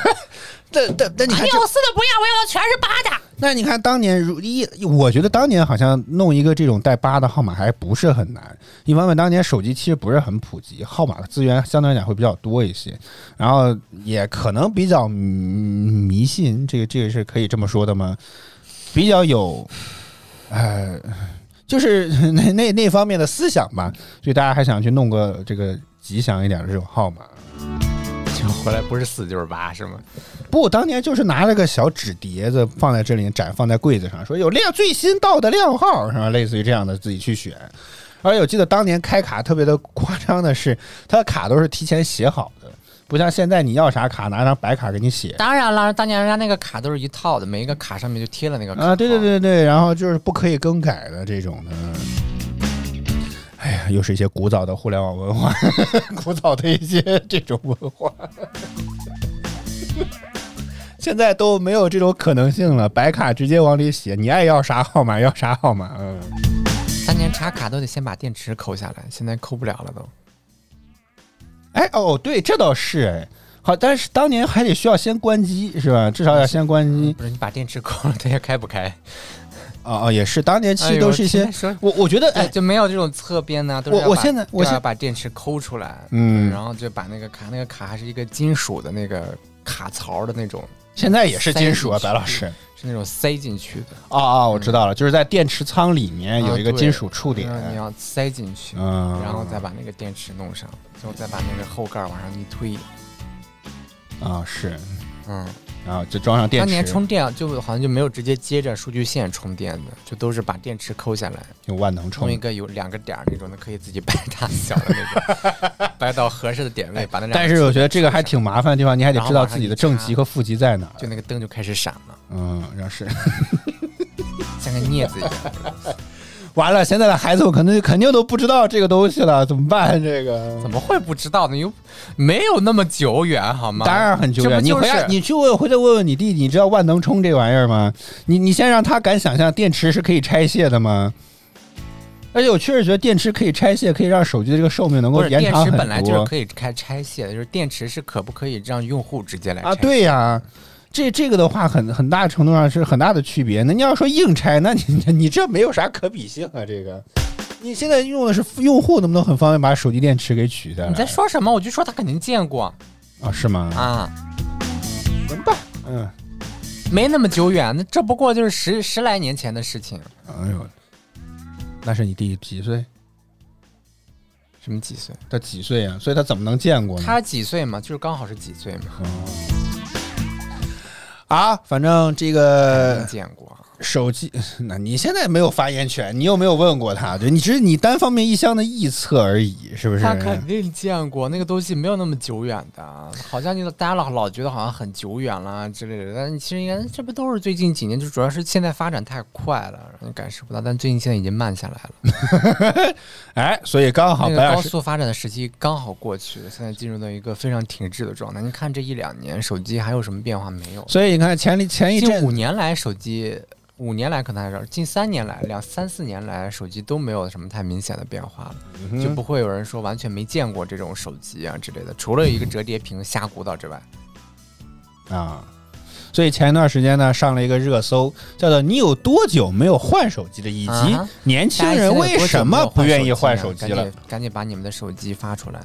但但但你
要
看，
四的不要，我要的全是八的。
那你看当年如一，我觉得当年好像弄一个这种带八的号码还不是很难。一方面，当年手机其实不是很普及，号码的资源相对来讲会比较多一些，然后也可能比较嗯迷信，这个这个是可以这么说的吗？比较有，呃，就是那那那方面的思想吧，所以大家还想去弄个这个吉祥一点的这种号码。
就回来不是四就是八，是吗？
不，当年就是拿了个小纸碟子放在这里，展放在柜子上，说有量最新到的量号，是吧？类似于这样的自己去选。而且我记得当年开卡特别的夸张的是，他的卡都是提前写好的，不像现在你要啥卡拿张白卡给你写。
当然了，当年人家那个卡都是一套的，每一个卡上面就贴了那个卡
啊，对对
号，
对对，然后就是不可以更改的这种的。哎呀，又是一些古早的互联网文化， [LAUGHS] 古早的一些这种文化，现在都没有这种可能性了。白卡直接往里写，你爱要啥号码要啥号码。嗯，
当年插卡都得先把电池抠下来，现在抠不了了都。
哎哦，对，这倒是哎。好，但是当年还得需要先关机是吧？至少要先关机。
不是你把电池抠了，它也开不开？ [LAUGHS]
哦哦，也是，当年其
哎
实
呦
都是一些，
现在说
我我觉得
对，
哎，
就没有这种侧边呢、都是
我
要
我
把
现在我
都要
现
把电池抠出来，
嗯
然后就把那个卡，那个卡还是一个金属的那个卡槽的那种，
现在也是
塞进
金属啊，
去
白老师。
是那种塞进去的，
哦哦，我知道了，就是在电池舱里面有一个
嗯啊对
金属触点。
然后你要塞进去，
嗯
然后再把那个电池弄上，之后再把那个后盖往上一推，
啊、是，
嗯，
然后就装上电
当
池。
年充电啊就好像就没有直接接着数据线充电的，就都是把电池抠下来，
用万能充
弄一，个有两个点儿那种的，可以自己掰大小的那种，掰到合适的点位，把那两个
但是我觉得这个还挺麻烦的地方，你还得
然后
知道
往上
自己
一
的正
插
极和负极在哪儿。
就那个灯就开始闪了，
嗯，然后是 [LAUGHS]
像个镊子一样。
完了，现在的孩子我可能肯定都不知道这个东西了，怎么办？这个
怎么会不知道呢？又没有那么久远，好吗？
当然很久
这
远。
不
你
就
回
是
来，你去问，回头问问你弟，你知道万能充这玩意儿吗？你你先让他敢想象电池是可以拆卸的吗？而且我确实觉得电池可以拆卸，可以让手机的这个寿命能
不
够
是
延
电
长
池
很多。
本来就是可以开拆卸的，就是电池是可不可以让用户直接来拆
啊，对呀、这这个的话很很大程度上是很大的区别。那你要说硬拆，那你你这没有啥可比性啊，这个。你现在用的是用户能不能很方便把手机电池给取下来？
你在说什么？我就说他肯定见过
啊？是吗？
啊，
行吧，嗯，
没那么久远，那这不过就是十十来年前的事情。
哎呦，那是你弟几岁？
什么几岁？
他几岁啊？所以他怎么能见过呢？
他几岁嘛？就是刚好是几岁嘛，
啊，反正这个
没见过。
手机， [LAUGHS] 那你现在没有发言权，你又没有问过他，对你只是你单方面一厢的臆测而已，是不是？
他肯定见过那个东西，没有那么久远的，好像就大家老老觉得好像很久远啦之类的，但其实应该这不都是最近几年，就主要是现在发展太快了，让你感受不到。但最近现在已经慢下来了，
[LAUGHS] 哎，所以刚好
那
白
个
老
高
师
速发展的时期刚好过去，现在进入到一个非常停滞的状态。你看这一两年，手机还有什么变化没有？
所以你看前里前一
近
阵
五年来，手机五年来可能还是近三年来，两三四年来，手机都没有什么太明显的变化了，
嗯
就不会有人说完全没见过这种手机啊之类的，除了一个折叠屏瞎鼓捣之外，
啊，所以前一段时间呢上了一个热搜，叫做“你有多久没有换手机了”，以及
啊
年轻人为什么不愿意换手机
大家现在有多久没有换手呢？赶
了
紧赶紧把你们的手机发
[LAUGHS]
出来，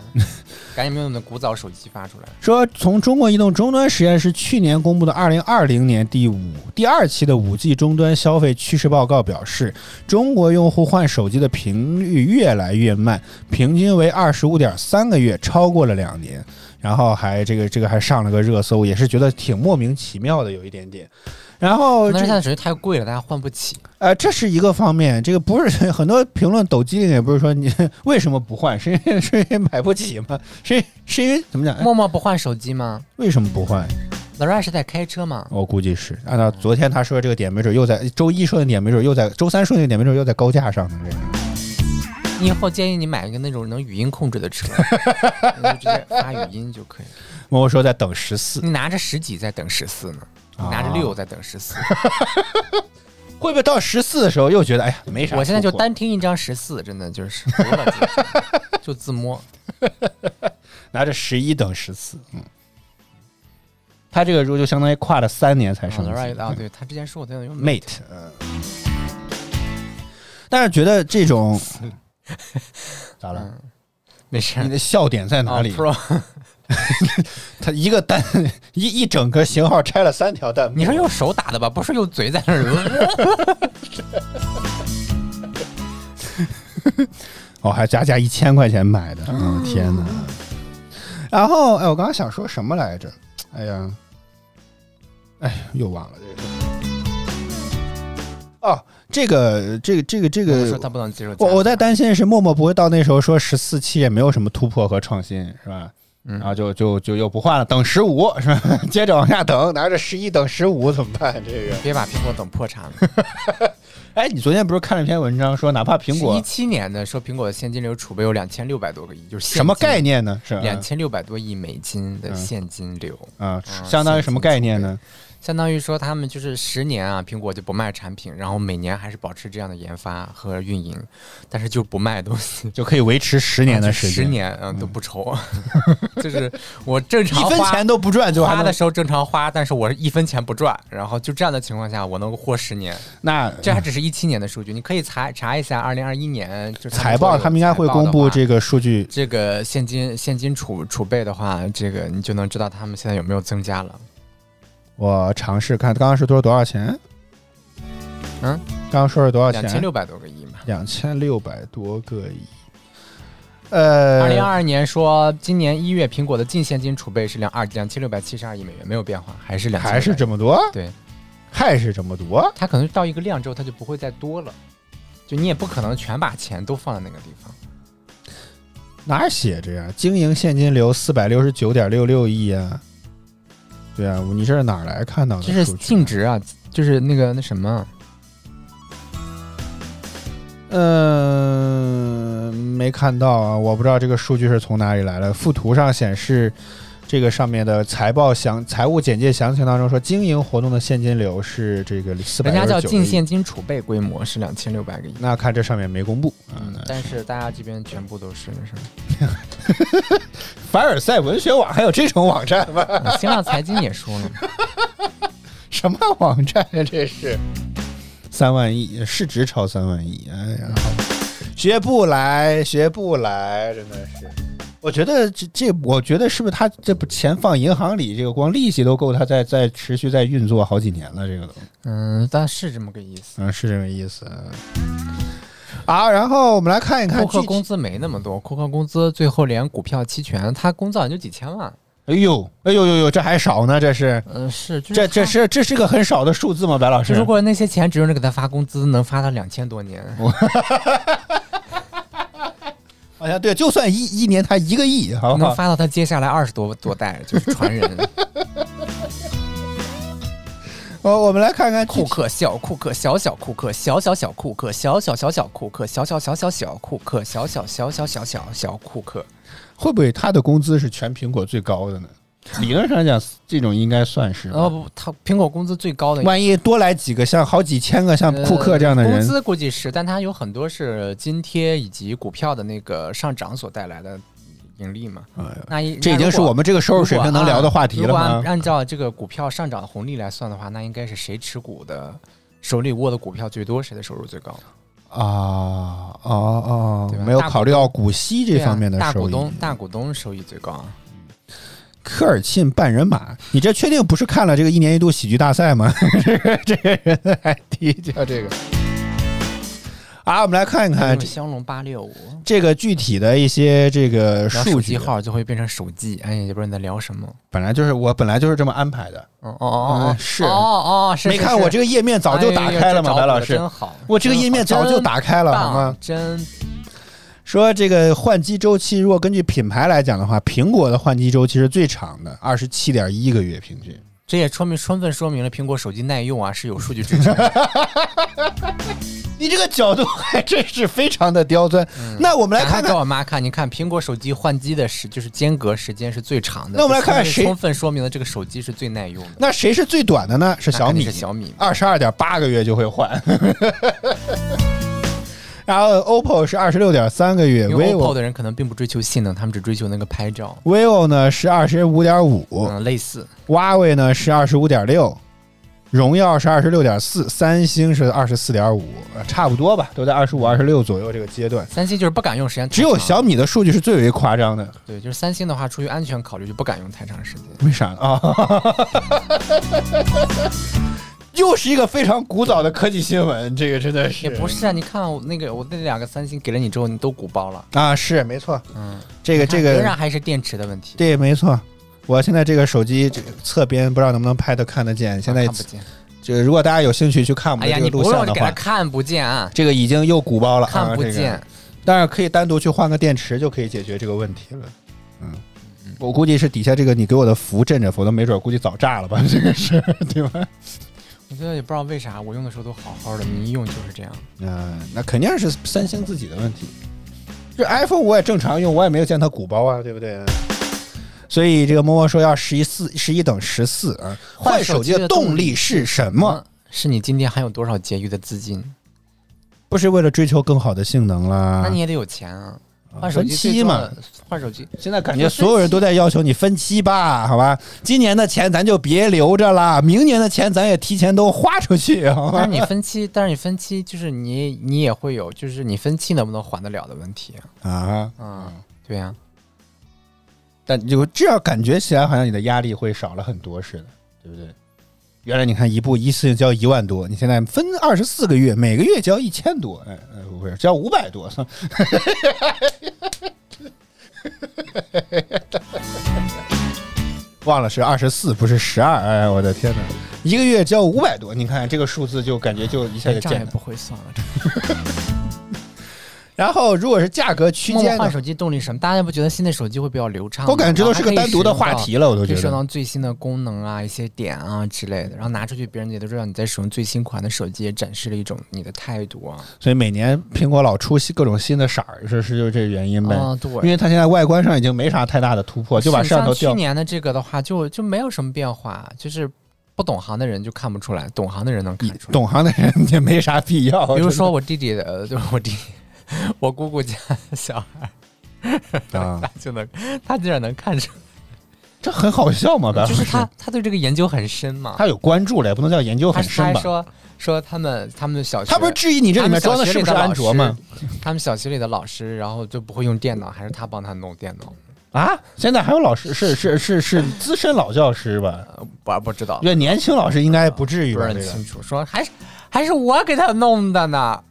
赶紧把你们的古早手机发出来。
说从中国移动终端实验室去年公布的二零二零年第五第二期的五 G 终端消费趋势报告表示，中国用户换手机的频率越来越慢，平均为二十五点三个月，超过了两年。然后还这个这个还上了个热搜，也是觉得挺莫名其妙的，有一点点。然后
但是
呃这
现在手机太贵了，大家换不起。
呃，这是一个方面，这个不是很多评论抖机灵，也不是说你 [LAUGHS] 为什么不换，是因为是因为买不起吗？是是因为怎么讲？哎
默默不换手机吗？
为什么不换？
老阮是在开车吗？
我估计是
哦
按照昨天他说的这个点，没准又在周一说的点，没准又在周三说的点，没准又在高架上呢。这个
你以后建议你买一个那种能语音控制的
[LAUGHS]
车，你就直接发语音就可以了。
默默说在等十四，
你拿着十几在等十四呢，
啊
你拿着六在等十
[LAUGHS]
四。
会不会到十四的时候又觉得哎呀没啥？
我现在就，单听一张十四，真的就是服了这个就自
[LAUGHS]
摸。
拿着十一等十四，嗯。他这个如就相当于跨了三年才
好
升
的
级
，right 啊，对他之前说我在用
Mate，嗯。但是觉得
[LAUGHS]
这种咋了？
没事
你。的笑点在哪
啊
里？
，Pro，
他一个单 [LAUGHS] 一一整个型号拆了三条弹幕。
你是用手打的吧？不是用嘴在那儿。
哦，还加价一千块钱买的，嗯，天哪！然后，哎，我刚刚想说什么来着？哎呀，哎，又忘了这个。哦，这个，这个，这个，这
我说他
个，
不能接受。
我我在担心是默默不会到那时候说十四期也没有什么突破和创新，是吧？
嗯
然后就就就又不换了，等十五是吧？ [LAUGHS] 接着往下等，拿着十一等十五怎么办？这个，
别把苹果等破产了。
哎，你昨天不是看了一篇文章说，哪怕苹
一
果
七年的说苹果的现金流储备有两千六百多个亿，就是现
什么
金
概？念嗯呢？是吧
两千六百多亿美金的现金流，
啊，
啊
相当于什么概念呢？
相当于说他们就是十年啊，苹果就不卖产品，然后每年还是保持这样的研发和运营，但是就不卖东西。
就可以维持十年的时间，
十年嗯都不愁， [LAUGHS] 就是我正常
一分
花
钱都不赚就还
花的
能
时候正常花，但是我是一分钱不赚，然后就这样的情况下，我能够活十年，
那
这还只是一七年的数据，你可以查查一下二零二一年就是他们
嗯财报
做的
他们应该会公
财报的
布
话
这个数据。
这个现金现金储储备的话，这个你就能知道他们现在有没有增加了。
我尝试看，刚刚是多少多少钱？
嗯，
刚刚说是多少钱？啊
两千六百多个亿嘛。
两千六百多个亿。
二零
呃，
二二年说，今年一月苹果的净现金储备是两二两千六百七十二亿美元，没有变化，还是两
还是这么多，
对，
还是这么多。
它可能到一个量之后，它就不会再多了，就你也不可能全把钱都放在那个地方。
哪写着呀？经营现金流四百六十九点六六亿啊！对啊，你这是哪儿来看到的数
这
据啊？
是净值啊，就是那个那什么，啊
呃嗯，没看到啊，我不知道这个数据是从哪里来的。附图上显示，这个上面的财报详财务简介详情当中说，经营活动的现金流是这个四百，
人家叫净现金储备规模是两千六百个亿。
那看这上面没公布，嗯
嗯，，但是大家这边全部都是，是吧？
凡尔赛文学网还有这种网站吗？
啊新浪财经也说 [LAUGHS] 了，
什么网站呀、这是三万亿市值超三万亿，哎呀，学不来，学不来，真的是。我觉得这这，我觉得是不是他这不钱放银行里，这个光利息都够他在在持续在运作好几年了，这个都。
嗯，但是这么个意思。
嗯，是这个意思。啊，然后我们来看一看
库克
具体
工，资没那么多，库克工资最后连股票期权，他工造也就几千万。
哎呦，哎呦呦呦，这还少呢，这是，
嗯、是，就是
这
他
这是这是个很少的数字吗？白老师，
如果那些钱只用着给他发工资，能发到两千多年。
好像哎对，就算一一年他一个亿，好不
能
好？
发到他接下来二十多多代，就是传人。
哦，我们来看看具体
库克小库克小小库克小小小库克小小小小库克小小小小小库克小小小小小小小库克。
会不会他的工资是全苹果最高
[LAUGHS]
的呢？理论上讲，这种应该算是吧。
哦不，他苹果工资最高的。
万一多来几个像好几千个像库克这样的
呃工
人，
资估计是，但他有很多是津贴以及股票的那个上涨所带来的盈利嘛。
哎呀
那一
这已经是我们这个收入水平能聊的话题
如
了
果按
吗？
按照这个股票上涨的红利来算的话，那应该是谁持股的手里握的股票最多，谁的收入最高。
啊哦哦
对，吧
没有
大股
考虑到股息这
对啊
方面的
大
收
股
益。
东，大股东收益最高啊。
科尔沁半人马，你这确定不是看了这个一年一度喜剧大赛吗？ [LAUGHS] 这个这个人还提
[LAUGHS]
叫 [LAUGHS] 这个啊，我们来看一看
用
这
骁龙八六五，
这个具体的一些这个
然后
数
手
据
机。号就会变成手机，哎，也不知道你在聊什么。
本来就是我本来就是这么安排的，
哦哦哦
嗯
哦，
是
哦哦，是哎
没看我这个页面早就打开了吗？白老师，
真好，
我这个页面早就打开了，好吗？
真
说这个换机周期，如果根据品牌来讲的话，苹果的换机周期是最长的，二十七点一个月平均。
这也说明充分说明了苹果手机耐用啊，是有数据支撑的。
你这个角度还真是非常的刁钻。
嗯
那我们来
赶快
看
给
看，
我妈看，你看苹果手机换机的时就是间隔时间是最长的。
那我们来看看
就
谁
充分说明了这个手机是最耐用的。
那谁是最短的呢？是小
那肯
米，
定是小米
二十二点八个月就会换。 [LAUGHS] 然后 OPPO 是二十六点三个月
因为 OPPO
，vivo
的人可能并不追求性能，他们只追求那个拍照。
vivo 呢是二十五点五，
嗯，类似。
华为呢是二十五点六，荣耀是二十六点四，三星是二十四点五，差不多吧，都在二十五、二十六左右这个阶段。
三星就是不敢用时间太
只
长，
有小米的数据是最为夸张的，
对，就是三星的话，出于安全考虑就不敢用太长时间。
为啥呢啊？ [LAUGHS] 又是一个非常古早的科技新闻，这个真的是
也不是啊，你看我那个我那两个三星给了你之后，你都鼓包了。
啊，是没错，
嗯，
这个这
仍然
个
还是电池的问题。
对，没错。我现在这个手机这个侧边不知道能不能拍得看得见，现在
啊看不见。
这个如果大家有兴趣去看我
哎
们的
呀，
这
你
个
不
录像
用
的
给它
话，
看不见啊，
这个已经又鼓包了，
看不
啊这个
见。
但是可以单独去换个电池就可以解决这个问题了。嗯，我估计是底下这个你给我的符镇着，否则没准儿估计早炸了 [LAUGHS] 吧，这个是对吧？
我觉得也不知道为啥，我用的时候都好好的，你一用就是这样。
嗯、那肯定是三星自己的问题。这 iPhone 我也正常用，我也没有见它鼓包啊，对不对？所以这个默默说要十一四十一等十四啊，换手机的动力是什么？
是你今天还有多少结余的资金？
不是为了追求更好的性能啦
那。你也得有钱啊。换手机
分期
最重要
嘛
的，换手
[LAUGHS]
机
现在感觉所有人都在要求你分期吧，好吧？今年的钱咱就别留着啦，明年的钱咱也提前都花出去，好
但
吧
是？你分期，但是你分期就是你你也会有，就是你分期能不能还得了的问题啊。
啊，
嗯，对呀、
但就这样感觉起来，好像你的压力会少了很多似的，对不对？原来你看一部一次性交一万多，你现在分二十四个月，每个月交一千多，哎哎，不是交五百多，算 [LAUGHS] 忘了是二十四，不是十二。哎，我的天哪，一个月交五百
哎啊
[LAUGHS] 多，你看这个数字就感觉就一下就
这账
见
也不会算了。
然后如果是价格区
默默
间
换
的，
手机动力是什么？大家不觉得新的手机会比较流畅吗？
我感觉这都是个单独的话题了，我都
可
觉
以使用
得
到最新的功能啊、一些点啊之类的，然后拿出去，别人也都知道你在使用最新款的手机，也展示了一种你的态度啊。
所以每年苹果老出新各种新的色儿，是是就是这原因呗。
啊，对，
因为它现在外观上已经没啥太大的突破，就把
是
摄像头
像
调
去。年的这个的话，就就没有什么变化，就是不懂行的人就看不出来，懂行的人能看出来。
懂行的人也没啥必要。
嗯比如说我弟弟的，呃就是我弟 [LAUGHS] 弟，我姑姑家的小孩，
真的啊，
[LAUGHS] 他就能，他竟然能看出，
这很好笑嘛，咱
就是
们
他，他对这个研究很深嘛。
啊他有关注了，也不能叫研究
他
很
他
深
还
吧？
说说他们他们的小学，
他不是质疑你这里面装的是不是安卓吗？
他们小学里的老师，然后就不会用电脑，还是他帮他弄电脑？
啊，现在还有老师是是是是资深老教师
[LAUGHS]
吧？
呃，我不知道，
因为年轻老师应该不至于
不是
吧？
很
这个
清楚。说还是还是我给他弄的呢。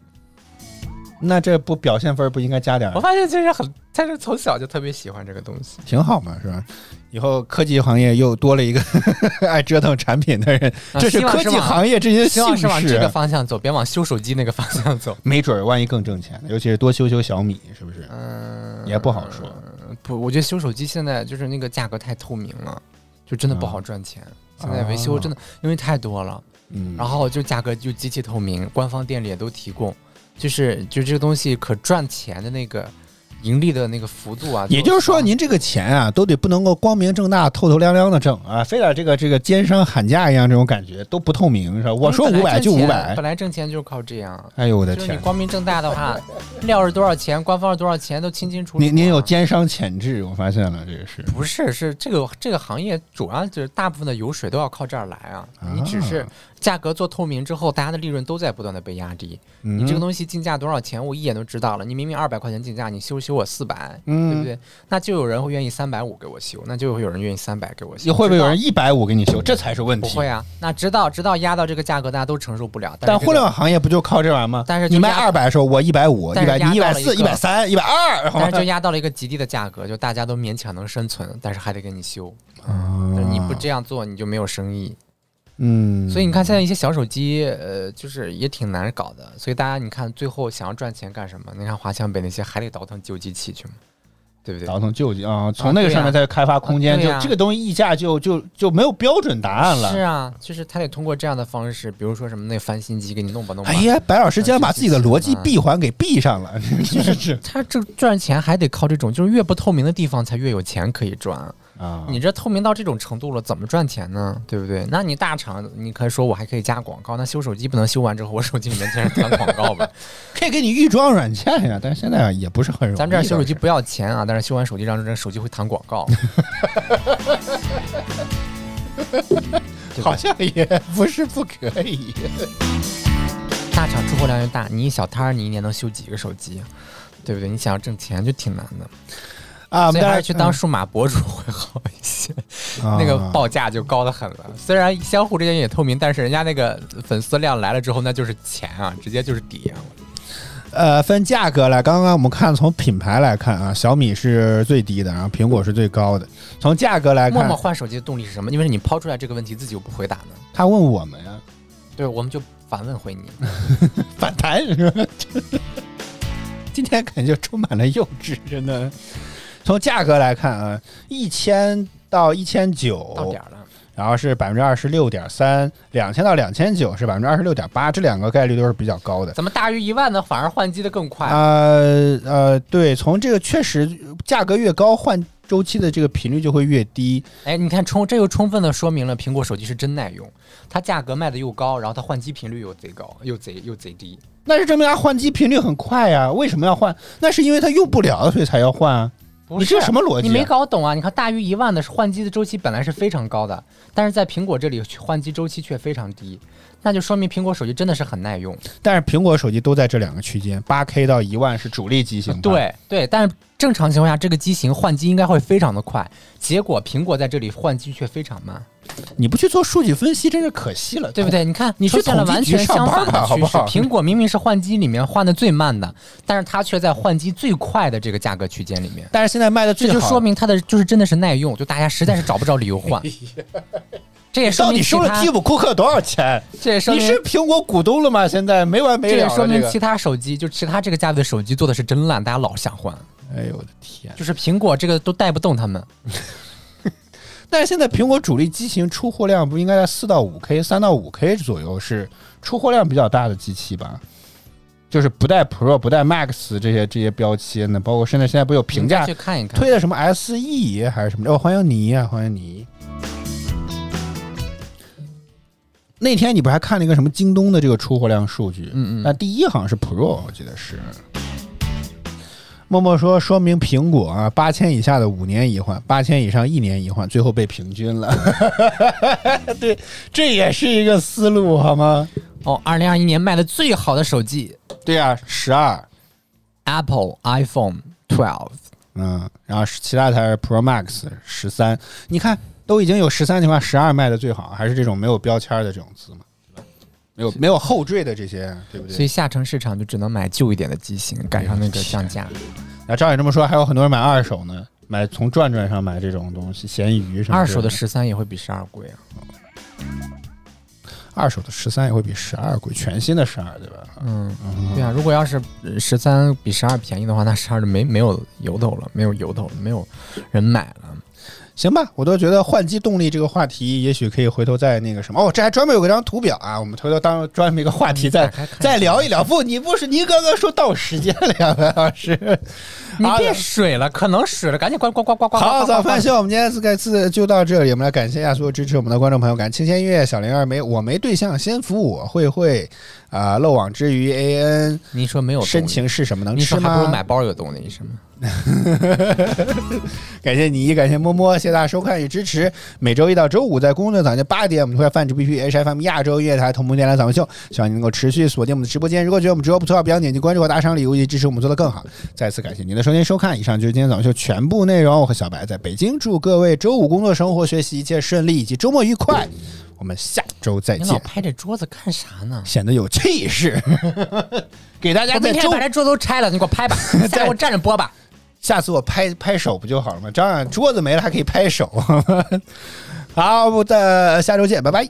那这不表现分儿不应该加点儿
我发现就是很，他是从小就特别喜欢这个东西。
挺好嘛，是吧？以后科技行业又多了一个 [LAUGHS] 爱折腾产品的人，
啊
这是
希望
科
是
技
往
行业这些
希望
幸
是往这个啊
事。
方向走，别往修手机那个方向走。 [LAUGHS]
没准儿万一更挣钱呢，尤其是多修修小米，是不是？
嗯，
也不好说。
不，我觉得修手机现在就是那个价格太透明了，就真的不好赚钱。现在维修真的因为太多了，
嗯，
然后就价格就极其透明，官方店里也都提供，就是就这个东西可赚钱的那个盈利的那个幅度啊。
也就是说，
你
您这个钱啊，都得不能够光明正大、透透亮亮的挣啊，非得这个这个奸商喊价一样，这种感觉都不透明，是吧？我说
本来
五百就
挣
五
钱
百
本，来挣钱就是靠这样。
哎呦我的
就是你
天！
光明正大的 [LAUGHS] 话，料是多少钱，官方是多少钱，都清清楚楚啊。
您您有奸商潜质，我发现了，这个是
不是，是这个这个行业主要就是大部分的油水都要靠这儿来啊。你只是价格做透明之后，大家的利润都在不断的被压低。
嗯
你这个东西进价多少钱，我一眼都知道了。你明明二百块钱进价，你修修我四百、对
嗯
不对？那就有人会愿意三百五给我修，那就会有人愿意三百给我修。
会不会有
直
人一百五给你修？这才是问
到？
题。
不会啊，那直到直到压到这个价格，大家都承受不了。
但
是这
互
个
联网行业不就靠这玩意儿吗？
但是就
你卖
压
二百的时候，我一百五，
但
一
是
百
压
一
到
百
了一个
四、一百三、一百二，然后
但是就压到了一个极低的价格，就大家都勉强能生存，但是还得给你修。就是你
啊
不这样做，你就没有生意。
嗯，
所以你看，现在一些小手机，呃，就是也挺难搞的。所以大家你看，最后想要赚钱干什么？你看华强北那些还得倒腾旧机器去嘛，对不对？
倒腾救济啊，从
啊
那个
对
上面
啊
再开发空
啊
间，
对
就
啊
这个东西溢价就就就没有标准答案了
是。啊，就是他得通过这样的方式，比如说什么那翻新机给你弄吧弄吧。
哎，呀，白老师竟然把自己的逻辑
嗯
闭环给闭
[LAUGHS]
上了，真是
他这赚钱还得靠这种，就是越不透明的地方才越有钱可以赚。
啊！
你这透明到这种程度了，怎么赚钱呢？对不对？那你大厂，你可以说我还可以加广告，那修手机不能修完之后，我手机里面竟然装广告
[LAUGHS]
吧？
可以给你预装软件呀，但是现在也不是很容易。
咱这儿修手机不要钱啊，但是修完手机让这手机会弹广告。
好像也不是不可以。
大厂出货量又大，你一小摊儿，你一年能修几个手机？对不对？你想要挣钱就挺难的，
啊，
所
我们
以还
当
是
时
去当数码博主会好一些，
啊
那个报价就高的很了。虽然相互之间也透明，但是人家那个粉丝量来了之后，那就是钱啊，直接就是底啊。
呃，分价格来，刚刚我们看从品牌来看啊，小米是最低的，然后苹果是最高的。从价格来
默默
哎看，
换手机的动力是什么？因为是你抛出来这个问题，自己又不回答呢。
他问我们呀， [LAUGHS]
对，我们就反问回你。
反弹是吧？ [LAUGHS] 今天感觉充满了幼稚，真的。从价格来看啊，一千到一千九，
到点儿了，
然后是百分之二十六点三，两千到两千九是百分之二十六点八，这两个概率都是比较高的。
怎么大于一万呢？反而换机的更快。
呃呃，对，从这个确实价格越高，换周期的这个频率就会越低。
哎，你看充，这又充分的说明了苹果手机是真耐用，它价格卖的又高，然后它换机频率又贼高，又贼又贼低。
那是证明它换机频率很快呀、为什么要换？那是因为它用不了，所以才要换啊。
不
你
是
这什么逻辑
你
啊
没搞懂啊！你看，大于一万的是换机的周期本来是非常高的，但是在苹果这里换机周期却非常低，那就说明苹果手机真的是很耐用。
但是苹果手机都在这两个区间，八 K 到一万是主力机型吧，
对对，但是正常情况下，这个机型换机应该会非常的快，结果苹果在这里换机却非常慢。
你不去做数据分析，真是可惜了，
对不对？你看，你
从
出现了
哎统计
完
局
全
上
相反
班吧
的
好
趋
不
势。
好
苹果明明是换机里面换的最慢的，但是它却在换机最快的这个价格区间里面。
但是现在卖的
这
最好，哎
就说明它的就是真的是耐用，就大家实在是找不着理由换。这也说
到
明
底
其
收了
他
蒂，姆·库克多少钱？
这也说
你
明
是苹果股东了吗？现在没完没
这
了
也
了。
说明
这个
其他手机就其他这个价位的手机做的是真烂，大家老想换。
哎呦我的天！
就是苹果这个都带不动他们。
但是现在苹果主力机型出货量不应该在四到五 K、三到五 K 左右是出货量比较大的机器吧？就是不带 Pro、不带 Max 这些这些标签的，包括现在现在不有评
你
价
再去看一看，
推的什么 SE 还是什么的？哦，欢迎你啊，欢迎你。那天你不是还看了一个什么京东的这个出货量数据？嗯嗯，那第一好像是 Pro，我记得是。默默说，说明苹果啊，八千以下的五年一换，八千以上一年一换，最后被平均了。 [LAUGHS] 对，这也是一个思路，好吗？
哦，二零二一年卖的最好的手机
对呀、十二，
Apple iPhone Twelve，
嗯，然后是其他才是 Pro Max 十三，你看都已经有十三情况，十二卖的最好，还是这种没有标签儿的这种字嘛，对吧？没有没有后缀的这些，对不
所
对？
以下沉市场就只能买旧一点的机型，赶上那个降价。
那照你这么说，还有很多人买二手呢，买从转转上买这种东西，闲鱼什么
二手的
之类
十三也会比十二贵啊。
二手的十三也会比十二贵，全新的十二对吧？
嗯，对啊，如果要是十三比十二便宜的话，那十二就没没有由头了，没有由头了，没有人买了。
行吧，我都觉得换机动力这个话题，也许可以回头再那个什么。哦，这还专门有个张图表啊，我们回头当专门一个话题再
嗯打开看一下
再聊一聊。不，你不是您刚刚说到时间了呀， [LAUGHS] 白
[LAUGHS]
老师。
你
啊
别水了，可能水了，赶紧呱呱呱呱呱呱呱呱呱。
好，早饭秀，我们今天这个次就到这里，我们来感谢一下所有支持我们的观众朋友，感谢清闲月、小灵儿没我没对象，先扶我，慧慧啊、漏网之鱼 A N，
你说没有动力
深情是什么能
你
吃
说还
吗？
不如买包有动力是吗？
[LAUGHS] 感谢你，感谢摸摸，谢谢大家收看与支持。每周一到周五在公众早间八点，我们会在泛指 B P H F M 亚洲音乐台同步电台早饭秀，希望你能够持续锁定我们的直播间。如果觉得我们直播不错，不要点击关注和打赏礼物以及支持我们做得更好。再次感谢您的收听收看，以上就是今天早饭秀全部内容。我和小白在北京，祝各位周五工作、生活、学习一切顺利，以及周末愉快。我们下周再
你老
见，
拍这桌子干啥呢？
显得有气势，给大家
我
在
明天
周
把这桌子都拆了，你给我
[LAUGHS]
拍吧，再给我站着播吧。
下次我拍拍手不就好了 [LAUGHS] 吗？照样桌子没了还可以拍手。好，我们的下周见，拜拜。